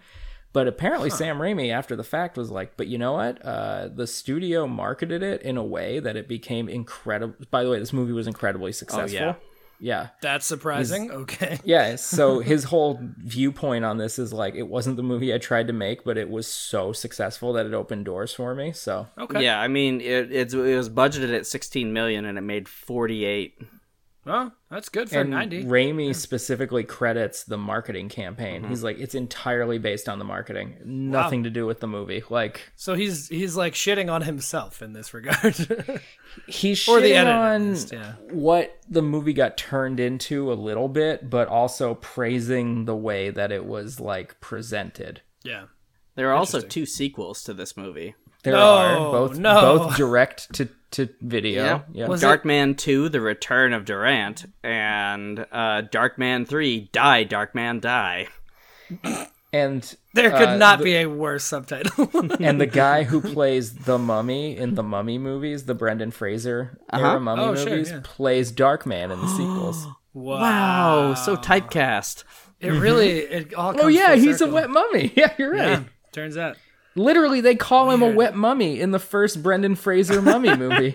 Speaker 3: But apparently, Sam Raimi, after the fact, was like, "But you know what? Uh, the studio marketed it in a way that it became incredible." By the way, this movie was incredibly successful. Yeah.
Speaker 5: That's surprising. okay.
Speaker 3: Yeah, so his whole viewpoint on this is like it wasn't the movie I tried to make, but it was so successful that it opened doors for me. So
Speaker 5: Okay.
Speaker 4: Yeah, I mean, it, it's, it was budgeted at 16 million and it made 48.
Speaker 5: Well, that's good for
Speaker 3: and
Speaker 5: 90.
Speaker 3: Raimi specifically credits the marketing
Speaker 5: Mm-hmm.
Speaker 3: campaign. He's like, it's entirely based on the marketing, nothing to do with the movie. Like
Speaker 5: so he's he's like shitting on himself in this regard.
Speaker 3: he's
Speaker 5: Or the
Speaker 3: shitting
Speaker 5: edit, at
Speaker 3: on
Speaker 5: least, yeah.
Speaker 3: what the movie got turned into a little bit, but also praising the way that it was like presented.
Speaker 5: yeah.
Speaker 4: There are also two sequels to this movie.
Speaker 3: There
Speaker 5: No,
Speaker 3: are both
Speaker 5: no.
Speaker 3: both direct to to video.
Speaker 4: Yeah.
Speaker 3: Yeah.
Speaker 5: Was
Speaker 4: Dark Man 2, The Return of Durant, and uh, Dark Man 3, Die, Dark Man, Die.
Speaker 3: and
Speaker 5: There could
Speaker 3: Uh,
Speaker 5: not be a worse subtitle.
Speaker 3: and the guy who plays the mummy in the mummy movies, the Brendan Fraser
Speaker 4: Uh-huh.
Speaker 3: era mummy
Speaker 5: Oh, sure,
Speaker 3: movies,
Speaker 5: yeah.
Speaker 3: plays Darkman in the sequels.
Speaker 4: Wow, Oh, so
Speaker 3: Ah.
Speaker 4: typecast.
Speaker 5: It really it all comes
Speaker 3: oh yeah,
Speaker 5: full
Speaker 3: he's
Speaker 5: circle.
Speaker 3: a wet mummy. Yeah, you're right.
Speaker 5: Yeah, turns out.
Speaker 3: Literally, they call him a
Speaker 5: Weird.
Speaker 3: wet mummy in the first Brendan Fraser mummy movie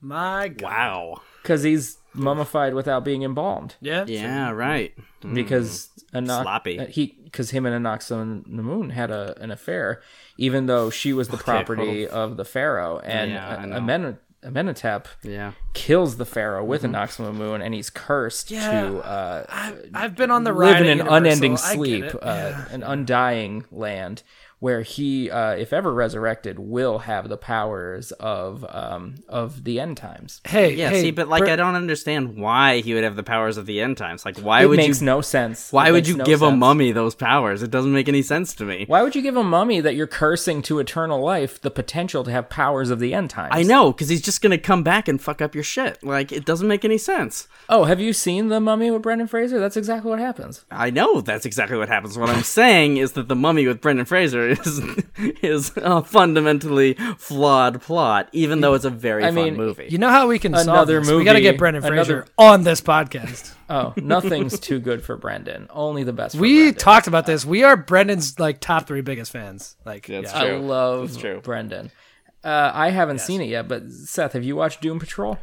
Speaker 5: My god.
Speaker 4: Wow.
Speaker 3: because he's mummified without being embalmed.
Speaker 5: Yeah.
Speaker 4: Yeah, right.
Speaker 3: Because Anak,
Speaker 4: Mm. sloppy.
Speaker 3: uh, he because him and Anoxa Namun had a, an affair, even though she was the property of the pharaoh and
Speaker 4: Oh, Yeah, I
Speaker 3: uh,
Speaker 4: know.
Speaker 3: Amen- Amenhotep.
Speaker 4: Yeah.
Speaker 3: kills the pharaoh with an Oxima moon and he's cursed
Speaker 5: Mm-hmm. Yeah.
Speaker 3: to uh,
Speaker 5: I've, I've been on the ride
Speaker 3: live in
Speaker 5: at
Speaker 3: an
Speaker 5: Universal.
Speaker 3: unending
Speaker 5: I get
Speaker 3: sleep,
Speaker 5: it.
Speaker 3: uh, an undying land where he, uh, if ever resurrected, will have the powers of um, of the end times.
Speaker 5: hey,
Speaker 4: Yeah,
Speaker 5: hey,
Speaker 4: see, but like,
Speaker 5: Bert-
Speaker 4: I don't understand why he would have the powers of the end times. Like, why
Speaker 3: it
Speaker 4: would
Speaker 3: makes
Speaker 4: you?
Speaker 3: no sense.
Speaker 4: why
Speaker 3: It
Speaker 4: would
Speaker 3: makes
Speaker 4: you
Speaker 3: no
Speaker 4: give a
Speaker 3: sense.
Speaker 4: mummy those powers? It doesn't make any sense to me.
Speaker 3: Why would you give a mummy that you're cursing to eternal life the potential to have powers of the end times?
Speaker 4: I know, because he's just gonna come back and fuck up your shit. Like, it doesn't make any sense.
Speaker 3: Oh, have you seen the mummy with Brendan Fraser? That's exactly what happens.
Speaker 4: I know that's exactly what happens. What I'm saying is that the Mummy with Brendan Fraser is is a fundamentally flawed plot, even though it's a very
Speaker 3: I
Speaker 4: fun
Speaker 3: mean,
Speaker 4: movie.
Speaker 5: you know how we can solve
Speaker 3: Another
Speaker 5: this? We got to
Speaker 3: movie,
Speaker 5: get Brendan Fraser
Speaker 3: another-
Speaker 5: on this podcast.
Speaker 3: Oh, nothing's too good for Brendan. Only the best. For
Speaker 5: We
Speaker 3: Brendan.
Speaker 5: talked about this. We are Brendan's like top three biggest fans. Like,
Speaker 4: That's
Speaker 5: yeah.
Speaker 4: true.
Speaker 3: I love
Speaker 4: That's true.
Speaker 3: Brendan. Uh, I haven't seen it yet, but Seth, have you watched Doom Patrol?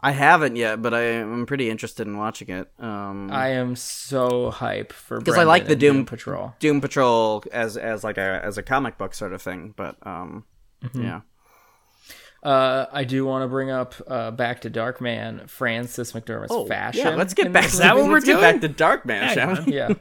Speaker 4: I haven't yet, but I am pretty interested in watching it. Um,
Speaker 3: I am so hype for because
Speaker 4: I like the Doom-
Speaker 3: Patrol.
Speaker 4: Doom Patrol as as like a as a comic book sort of thing, but um,
Speaker 3: Mm-hmm.
Speaker 4: yeah.
Speaker 3: Uh, I do want to bring up uh, back to Dark Man, Francis McDermott's Oh, fashion.
Speaker 4: Oh, Yeah, let's get
Speaker 3: in
Speaker 4: back.
Speaker 3: this
Speaker 4: To,
Speaker 5: that what
Speaker 4: let's
Speaker 5: we're
Speaker 4: get back
Speaker 5: doing?
Speaker 4: to Dark Man, shall we?
Speaker 3: yeah,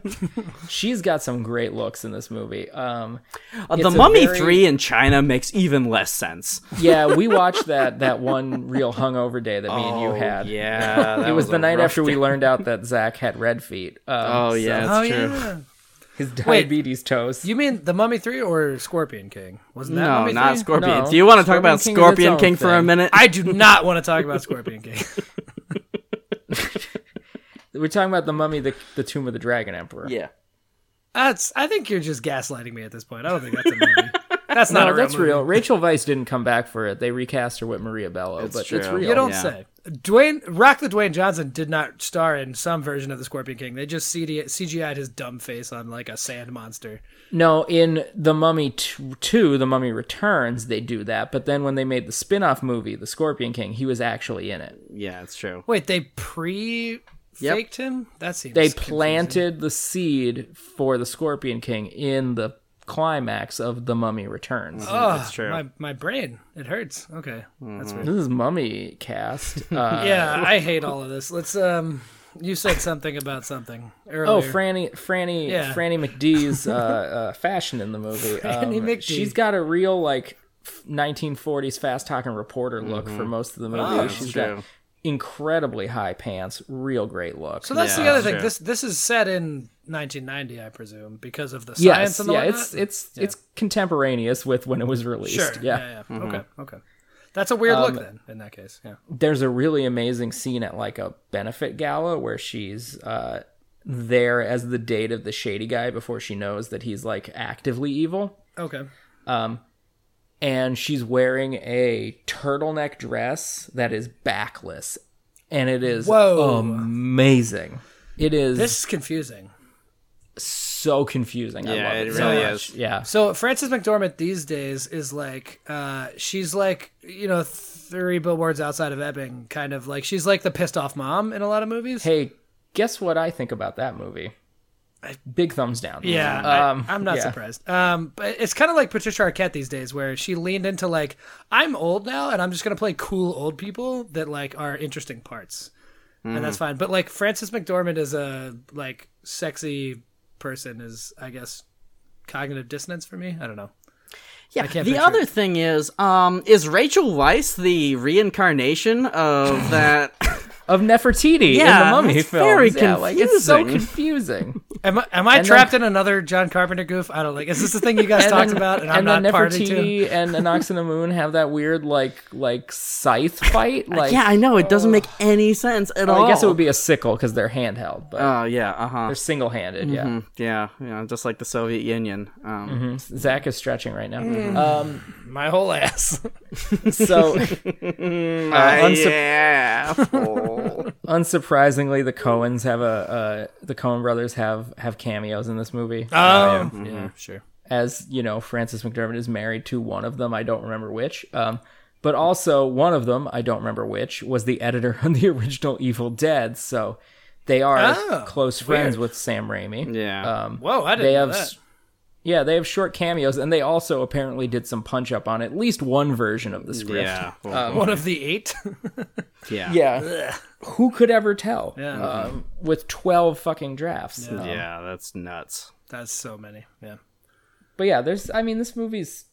Speaker 3: she's got some great looks in this movie. Um,
Speaker 4: Uh, the
Speaker 3: It's a
Speaker 4: Mummy
Speaker 3: very-
Speaker 4: Three in China makes even less sense.
Speaker 3: yeah, we watched that that one real hungover day that me and you
Speaker 4: Oh,
Speaker 3: had.
Speaker 4: yeah, that
Speaker 3: it was,
Speaker 4: was
Speaker 3: the
Speaker 4: a
Speaker 3: night
Speaker 4: rough
Speaker 3: after we
Speaker 4: day.
Speaker 3: learned out that Zach had red feet. Um,
Speaker 4: Oh yeah, that's
Speaker 5: Oh
Speaker 4: true.
Speaker 5: yeah.
Speaker 3: his diabetes toes.
Speaker 5: You mean the Mummy Three or Scorpion King? Wasn't that
Speaker 4: No,
Speaker 5: Mummy
Speaker 4: not
Speaker 5: 3?
Speaker 4: Scorpion.
Speaker 3: No,
Speaker 4: Do you want to talk about
Speaker 3: Scorpion King is its
Speaker 4: Scorpion
Speaker 3: own
Speaker 4: King for a
Speaker 3: thing.
Speaker 4: minute?
Speaker 5: I do not want to talk about Scorpion King.
Speaker 3: We're talking about the mummy, the, the tomb of the dragon emperor.
Speaker 4: yeah.
Speaker 5: That's. I think you're just gaslighting me at this point. I don't think that's a movie. That's not
Speaker 3: no,
Speaker 5: a real
Speaker 3: Oh, that's
Speaker 5: movie.
Speaker 3: real. Rachel Weisz didn't come back for it. They recast her with Maria Bello, but it's
Speaker 4: true.
Speaker 3: real.
Speaker 5: You don't
Speaker 4: Yeah.
Speaker 5: say. Dwayne Rock the Dwayne Johnson did not star in some version of the Scorpion King. They just CD, CGI'd his dumb face on like a sand monster.
Speaker 3: No, in The Mummy t- 2, The Mummy Returns, they do that. But then when they made the spin off movie, The Scorpion King, he was actually in it.
Speaker 4: Yeah, it's true.
Speaker 5: Wait, they pre faked him? That seems
Speaker 3: They
Speaker 5: confusing.
Speaker 3: planted the seed for The Scorpion King in the climax of The Mummy Returns.
Speaker 5: Ugh,
Speaker 4: That's true.
Speaker 5: My my brain it hurts. Okay, that's weird.
Speaker 3: This is Mummy Cast. Uh,
Speaker 5: Yeah, I hate all of this. Let's um. You said something about something earlier.
Speaker 3: Oh, Franny, Franny,
Speaker 5: Yeah.
Speaker 3: Franny McDee's uh, uh, fashion in the movie.
Speaker 5: Franny
Speaker 3: Um,
Speaker 5: McDee.
Speaker 3: She's got a real like f- 1940s fast talking reporter look for most of
Speaker 5: Oh,
Speaker 3: the movie. she's
Speaker 4: true.
Speaker 3: got incredibly high pants, real great look.
Speaker 5: So that's
Speaker 4: Yeah,
Speaker 5: the other
Speaker 4: that's
Speaker 5: thing.
Speaker 4: true.
Speaker 5: This this is set in 1990, I presume, because of the science
Speaker 3: yes,
Speaker 5: and the
Speaker 3: yeah,
Speaker 5: whatnot?
Speaker 3: it's it's it's contemporaneous with when it was released.
Speaker 5: sure.
Speaker 3: Yeah. Mm-hmm. Um,
Speaker 5: yeah. Okay, okay. That's a weird look then. In that case, yeah.
Speaker 3: there's a really amazing scene at like a benefit gala where she's uh there as the date of the shady guy before she knows that he's like actively evil.
Speaker 5: Okay.
Speaker 3: and she's wearing a turtleneck dress that is backless and it is
Speaker 5: Whoa.
Speaker 3: amazing it is
Speaker 5: This is confusing.
Speaker 3: so confusing. I
Speaker 4: Yeah,
Speaker 3: love it,
Speaker 4: it
Speaker 3: so
Speaker 4: really
Speaker 3: much.
Speaker 4: is.
Speaker 3: Yeah.
Speaker 5: So Frances McDormand these days is like uh, she's like you know three billboards outside of Ebbing, kind of like she's like the pissed off mom in a lot of movies.
Speaker 3: Hey, guess what I think about that movie? Big thumbs down.
Speaker 5: Yeah,
Speaker 3: Um,
Speaker 5: I, am not
Speaker 3: yeah.
Speaker 5: surprised. Um, but it's kind of like Patricia Arquette these days, where she leaned into like I'm old now, and I'm just gonna play cool old people that like are interesting parts, and
Speaker 3: Mm.
Speaker 5: that's fine. But like Frances McDormand is a like sexy person is I guess cognitive dissonance for me. I don't know.
Speaker 4: Yeah.
Speaker 5: can't
Speaker 4: The
Speaker 5: picture
Speaker 4: other thing is, um, is Rachel Weisz the reincarnation of that?
Speaker 3: Of Nefertiti in
Speaker 4: Yeah,
Speaker 3: the Mummy
Speaker 4: it's
Speaker 3: film.
Speaker 4: very
Speaker 3: yeah, like, it's so
Speaker 4: confusing.
Speaker 3: confusing.
Speaker 5: Am I, am I
Speaker 3: And
Speaker 5: trapped in another John Carpenter goof? I don't like. Is this the thing you guys talked about? And I'm
Speaker 3: then
Speaker 5: not party to.
Speaker 3: Nefertiti and Anox in the Moon have that weird like like scythe fight. Like
Speaker 4: yeah, I know it doesn't make any sense at
Speaker 3: well,
Speaker 4: all.
Speaker 3: I guess it would be a sickle because they're handheld, but
Speaker 4: Oh Mm-hmm. yeah, uh huh.
Speaker 3: they're single handed. Yeah.
Speaker 4: Yeah, yeah, just like the Soviet Union. Um,
Speaker 3: Zach is stretching right now.
Speaker 5: My whole ass.
Speaker 3: Um, so
Speaker 4: Uh,
Speaker 3: unsup-
Speaker 4: yeah.
Speaker 3: unsurprisingly, the Coens have a uh, the Coen brothers have have cameos in this movie.
Speaker 5: Oh,
Speaker 3: yeah.
Speaker 5: sure.
Speaker 3: as you know, Frances McDermott is married to one of them. I don't remember which. Um, but also one of them, I don't remember which, was the editor on the original Evil Dead. So they are
Speaker 5: Oh,
Speaker 3: close friends with Sam Raimi.
Speaker 4: Yeah.
Speaker 3: Um,
Speaker 5: Whoa, I didn't
Speaker 3: they
Speaker 5: know
Speaker 3: have,
Speaker 5: that.
Speaker 3: s- yeah, they have short cameos, and they also apparently did some punch up on at least one version of the script.
Speaker 4: yeah.
Speaker 5: One of the eight.
Speaker 4: yeah.
Speaker 3: Yeah. Who could ever tell?
Speaker 5: Yeah.
Speaker 3: Um, with twelve fucking drafts. Um,
Speaker 4: Yeah, that's nuts.
Speaker 5: That's so many. Yeah.
Speaker 3: But yeah, there's. I mean, this movie's.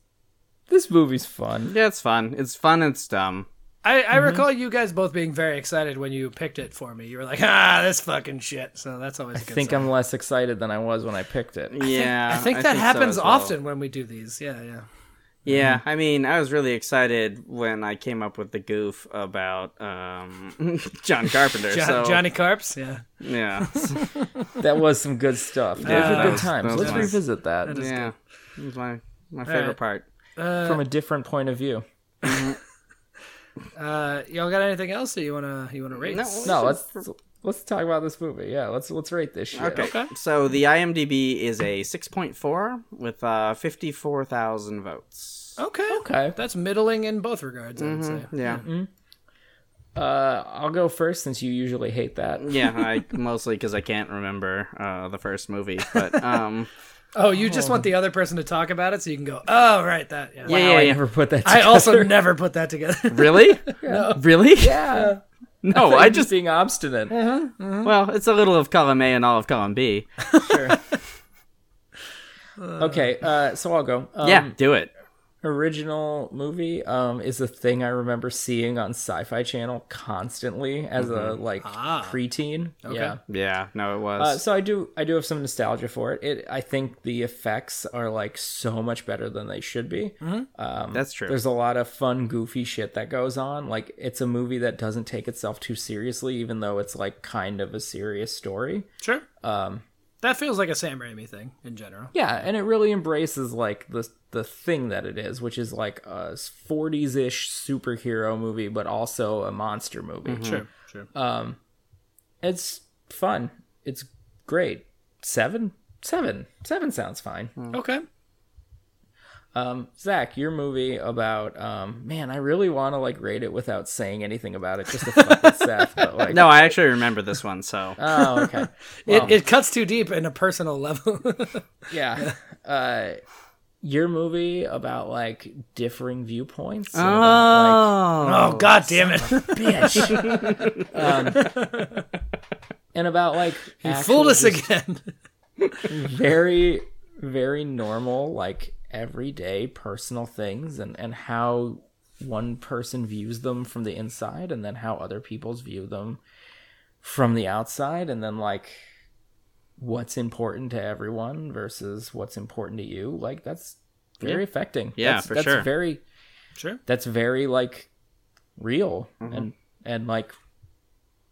Speaker 3: This movie's fun.
Speaker 4: Yeah, it's fun. It's fun. It's dumb.
Speaker 5: I,
Speaker 3: Mm-hmm.
Speaker 5: I recall you guys both being very excited when you picked it for me. You were like, ah, this fucking shit. So that's always a good
Speaker 3: I think
Speaker 5: sign.
Speaker 3: I'm less excited than I was when I picked it.
Speaker 4: Yeah,
Speaker 5: I think that happens often when we do these. Yeah, yeah.
Speaker 4: Yeah, I mean, I was really excited when I came up with the goof about um, John Carpenter.
Speaker 5: Jo-
Speaker 4: so,
Speaker 5: Johnny Carps. Yeah.
Speaker 4: yeah,
Speaker 3: That was some good stuff. Those
Speaker 4: Yeah,
Speaker 3: were
Speaker 4: that
Speaker 3: good
Speaker 4: was-
Speaker 3: times.
Speaker 4: that was
Speaker 3: Let's
Speaker 4: nice.
Speaker 3: revisit that
Speaker 4: yeah, it was my my favorite part.
Speaker 5: right.
Speaker 4: uh,
Speaker 3: from a different point of view.
Speaker 5: Uh, y'all got anything else that you wanna you wanna rate?
Speaker 4: No.
Speaker 3: No, let's let's talk about this movie. Yeah, let's let's rate this shit.
Speaker 4: Okay. so the IMDb is a six point four with uh, fifty four thousand votes.
Speaker 5: Okay.
Speaker 3: Okay. Mm-hmm.
Speaker 5: That's middling in both regards. I would say.
Speaker 4: Yeah,
Speaker 3: Uh, I'll go first since you usually hate that.
Speaker 4: yeah, I mostly because I can't remember uh, the first movie, but um,
Speaker 5: Oh, you just want the other person to talk about it so you can go, oh, right, that. Yeah.
Speaker 4: yeah,
Speaker 3: I
Speaker 4: yeah, yeah.
Speaker 3: never put that.
Speaker 5: I
Speaker 3: together.
Speaker 5: also never put that together.
Speaker 4: really, really,
Speaker 3: Yeah.
Speaker 4: no, Oh, I
Speaker 3: I'm
Speaker 4: just
Speaker 3: just being obstinate.
Speaker 4: well, it's a little of column A and all of column B.
Speaker 3: Okay. Uh, so I'll go. Um,
Speaker 4: yeah, do it.
Speaker 3: original movie um, is a thing I remember seeing on Sci-Fi Channel constantly as a like preteen. Yeah.
Speaker 4: Yeah, no, it was.
Speaker 3: Uh, so I do I do have some nostalgia for it. It I think the effects are like so much better than they should be.
Speaker 4: That's true.
Speaker 3: There's a lot of fun goofy shit that goes on. Like it's a movie that doesn't take itself too seriously even though it's like kind of a serious story.
Speaker 5: sure. Um, that feels like a Sam Raimi thing in general.
Speaker 3: Yeah, and it really embraces like the the thing that it is, which is like a 40s-ish superhero movie but also a monster movie.
Speaker 4: Mm-hmm.
Speaker 5: Sure, sure.
Speaker 3: It's fun. It's great. 7 7 7 sounds fine.
Speaker 4: Hmm.
Speaker 3: Um,
Speaker 5: okay.
Speaker 3: Zach, your movie about um man, I really want to like rate it without saying anything about it, just to fuck with Seth. But like,
Speaker 4: no, I actually remember this one. So
Speaker 3: oh okay,
Speaker 5: it, it cuts too deep in a personal level. Oh,
Speaker 3: yeah. Uh, your movie about like differing viewpoints. and about,
Speaker 4: oh,
Speaker 5: oh, god damn it.
Speaker 3: like, bitch. um, and about like
Speaker 5: Fooled
Speaker 3: actual
Speaker 5: us
Speaker 3: just
Speaker 5: again.
Speaker 3: very very normal like everyday personal things and and how one person views them from the inside and then how other people's view them from the outside and then like what's important to everyone versus what's important to you like that's very affecting
Speaker 4: Yeah,
Speaker 3: that's,
Speaker 4: for
Speaker 3: that's
Speaker 4: sure.
Speaker 3: very
Speaker 5: Sure.
Speaker 3: that's very like real
Speaker 4: Mm-hmm.
Speaker 3: and and like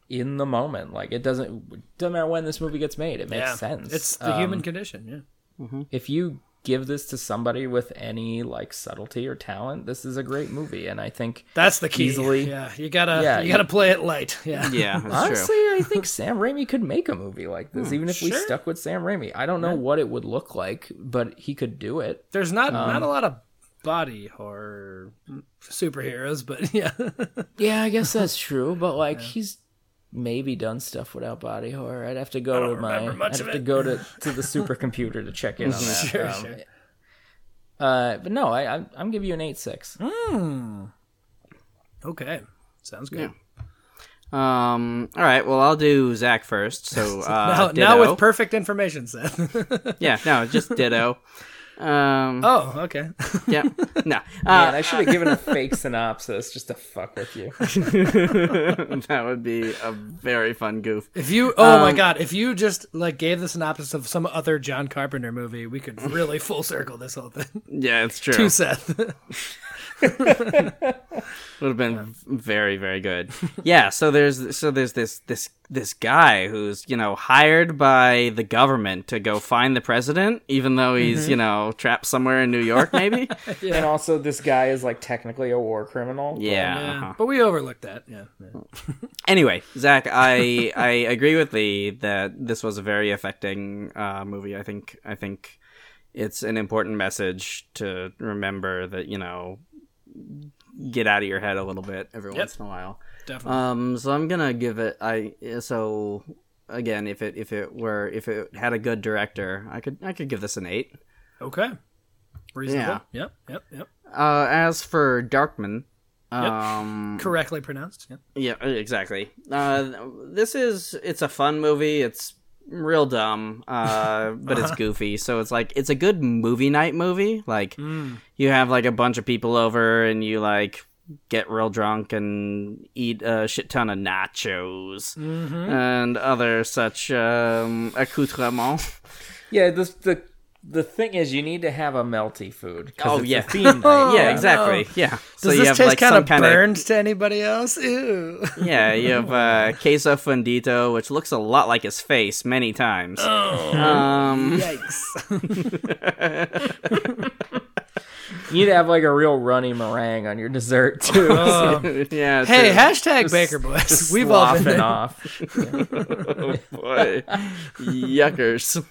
Speaker 3: in the moment like it doesn't doesn't matter when this movie gets made it makes
Speaker 5: yeah.
Speaker 3: sense
Speaker 5: It's the
Speaker 3: Um,
Speaker 5: human condition, yeah.
Speaker 3: if you give this to somebody with any like subtlety or talent, this is a great movie. And I think
Speaker 5: That's the key.
Speaker 3: Easily.
Speaker 5: Yeah, you gotta
Speaker 3: Yeah,
Speaker 5: you
Speaker 3: you-
Speaker 5: gotta play it light. Yeah.
Speaker 4: Yeah, that's
Speaker 3: honestly,
Speaker 4: true.
Speaker 3: I think Sam Raimi could make a movie like this, even if we
Speaker 5: sure.
Speaker 3: stuck with Sam Raimi. I don't know what it would look like, but he could do it.
Speaker 5: There's not not a lot of body horror superheroes, but yeah.
Speaker 3: Yeah, I guess that's true, but like he's maybe done stuff without body horror. I'd have to go to my
Speaker 5: remember much
Speaker 3: I'd
Speaker 5: of
Speaker 3: have to
Speaker 5: it.
Speaker 3: go to, to the supercomputer to check in on that.
Speaker 5: Sure,
Speaker 3: Um,
Speaker 5: sure.
Speaker 3: Uh, but no, I, I'm I'm give you an eight six.
Speaker 5: Okay. Sounds good.
Speaker 4: Yeah. Um, all right. Well, I'll do Zach first. So uh, Mm-hmm.
Speaker 5: now, now
Speaker 4: ditto.
Speaker 5: with perfect information, Seth.
Speaker 4: yeah, no, just ditto. Um,
Speaker 5: oh, okay.
Speaker 4: yeah, no,
Speaker 3: Man,
Speaker 4: uh,
Speaker 3: I should have given a fake synopsis just to fuck with you.
Speaker 4: that would be a very fun goof.
Speaker 5: If you, oh
Speaker 4: Um,
Speaker 5: my God, if you just like gave the synopsis of some other John Carpenter movie, we could really full circle this whole thing.
Speaker 4: Yeah, uh-huh. it's true.
Speaker 5: to Seth.
Speaker 4: would have been very very good yeah so there's so there's this this this guy who's you know hired by the government to go find the president even though he's you know trapped somewhere in new york maybe
Speaker 3: And also, this guy is like technically a war criminal.
Speaker 4: yeah uh-huh.
Speaker 5: Yeah, but we overlooked that. Yeah. yeah.
Speaker 4: anyway zach i i agree with thee that this was a very affecting uh movie i think i think it's an important message to remember that you know get out of your head a little bit every once in a while
Speaker 5: Definitely.
Speaker 4: Um, so I'm gonna give it. I so again, if it if it were if it had a good director, I could I could give this an eight.
Speaker 5: Okay. Reasonable.
Speaker 4: Yeah.
Speaker 5: Yep. Yep. Yep.
Speaker 4: Uh, as for Darkman, um,
Speaker 5: Correctly pronounced. Yep.
Speaker 4: yeah, exactly. Uh, this is it's a fun movie. It's real dumb, uh, but it's goofy. So it's like it's a good movie night movie. Like
Speaker 5: Hmm.
Speaker 4: you have like a bunch of people over and you like get real drunk and eat a shit ton of nachos
Speaker 5: Mm-hmm.
Speaker 4: and other such um, accoutrements.
Speaker 3: yeah. This the the thing is, you need to have a melty food. 'cause
Speaker 4: Oh,
Speaker 3: it's a
Speaker 4: yeah.
Speaker 3: theme night.
Speaker 4: yeah, exactly. Yeah. so
Speaker 5: Does
Speaker 4: you
Speaker 5: this
Speaker 4: have
Speaker 5: taste
Speaker 4: like
Speaker 5: kind
Speaker 4: some
Speaker 5: of
Speaker 4: kind of
Speaker 5: burned to anybody else? Ew.
Speaker 4: Yeah, you have uh, queso fundito, which looks a lot like his face many times.
Speaker 5: Oh.
Speaker 4: um,
Speaker 5: Yikes.
Speaker 3: You need to have like a real runny meringue on your dessert too. so
Speaker 4: yeah.
Speaker 5: hey,
Speaker 4: true.
Speaker 5: hashtag Baker Boys. Oh, We've all
Speaker 3: often
Speaker 5: been there.
Speaker 3: off.
Speaker 4: oh boy, yuckers!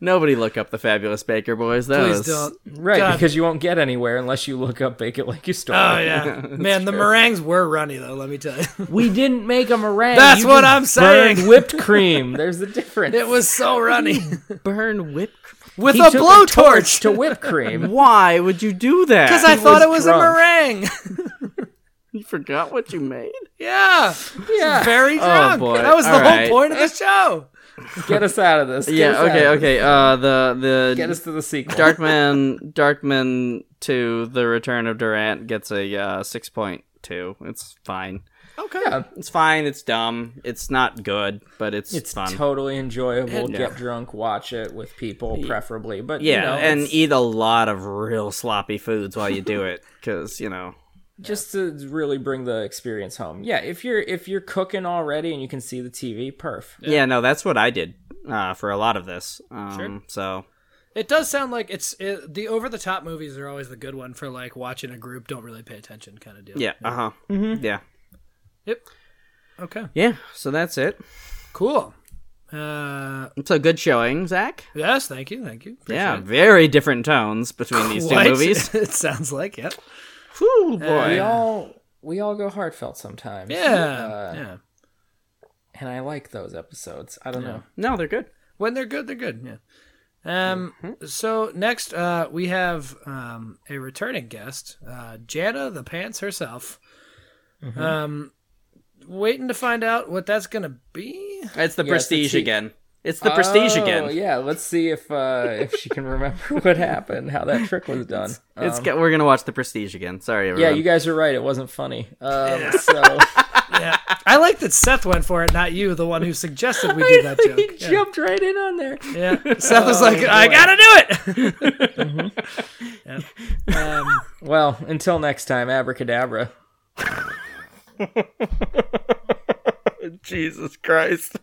Speaker 4: Nobody look up the fabulous Baker Boys. That
Speaker 5: Please
Speaker 4: was-
Speaker 5: don't.
Speaker 3: Right,
Speaker 5: God.
Speaker 3: because you won't get anywhere unless you look up Bake It Like You Stole
Speaker 5: Oh
Speaker 3: It.
Speaker 5: yeah, man. The meringues were runny though. Let me tell you,
Speaker 3: We didn't make a meringue.
Speaker 5: That's
Speaker 3: you
Speaker 5: what
Speaker 3: just
Speaker 5: I'm saying.
Speaker 3: burned Whipped cream. There's the difference.
Speaker 5: it was so runny
Speaker 4: burn whip. cr-
Speaker 5: with
Speaker 3: He
Speaker 5: a
Speaker 3: took a
Speaker 5: blowtorch.
Speaker 3: torch to whipped cream.
Speaker 4: Why would you do that?
Speaker 5: Because I thought it was
Speaker 3: drunk.
Speaker 5: a meringue.
Speaker 4: you forgot what you made.
Speaker 5: yeah,
Speaker 3: Yeah.
Speaker 5: very drunk.
Speaker 4: boy.
Speaker 5: That was the
Speaker 4: All
Speaker 5: whole
Speaker 4: right.
Speaker 5: point of the show.
Speaker 3: Get us out of this. Get us
Speaker 4: Yeah.
Speaker 3: out
Speaker 4: Okay.
Speaker 3: of
Speaker 4: Okay. Uh, the the
Speaker 3: Get us to the sequel.
Speaker 4: Darkman Darkman to the Return of Durant gets a uh, six point two. It's fine.
Speaker 5: Okay.
Speaker 4: It's fine. It's dumb. It's not good, but it's
Speaker 3: It's
Speaker 4: fun.
Speaker 3: totally enjoyable.
Speaker 4: Yeah.
Speaker 3: Get drunk, watch it with people, preferably. But
Speaker 4: yeah,
Speaker 3: you know,
Speaker 4: and e-,
Speaker 3: it's
Speaker 4: eat a lot of real sloppy foods while you do it, because you know.
Speaker 3: just to really bring the experience home. Yeah, if you're if you're cooking already and you can see the TV, perf.
Speaker 4: Yeah, no, that's what I did uh, for a lot of this. Um, So
Speaker 5: It does sound like it's it, the over the top movies are always the good one for like watching a group, don't really pay attention kind of deal.
Speaker 4: yeah, uh huh, yeah,
Speaker 5: Yep. Okay.
Speaker 4: yeah. So that's it.
Speaker 5: Cool. Uh,
Speaker 4: It's a good showing, Zach.
Speaker 5: yes. Thank you. Thank you. Appreciate
Speaker 4: yeah,
Speaker 5: it.
Speaker 4: very different tones between these two
Speaker 5: Quite-
Speaker 4: movies. Uh,
Speaker 5: it sounds like. Yep.
Speaker 4: Whew,
Speaker 3: We
Speaker 4: boy.
Speaker 3: all we all go heartfelt sometimes.
Speaker 5: Yeah.
Speaker 3: Uh,
Speaker 5: yeah.
Speaker 3: and I like those episodes. I don't know.
Speaker 4: no, they're good.
Speaker 5: when they're good, they're good. Yeah. Um. So next, uh, we have um a returning guest, uh, Jana the Pants herself. Um, waiting to find out what that's gonna be.
Speaker 4: It's the
Speaker 3: Yeah, it's the
Speaker 4: prestige
Speaker 3: tea-
Speaker 4: again. It's the prestige
Speaker 3: Oh,
Speaker 4: again.
Speaker 3: Yeah, let's see if uh, if she can remember what happened, how that trick was done.
Speaker 4: It's um,
Speaker 3: Um,
Speaker 4: get- we're gonna watch the prestige again. Sorry,
Speaker 3: yeah,
Speaker 4: everyone.
Speaker 3: you guys are right. It wasn't funny. Um, So
Speaker 5: Yeah. I like that Seth went for it, not you, the one who suggested we do that joke.
Speaker 3: he
Speaker 5: Yeah.
Speaker 3: jumped right in on there.
Speaker 5: Yeah. Seth was like, I gotta do it. Yeah. Um,
Speaker 3: Well, until next time, abracadabra.
Speaker 4: Jesus Christ.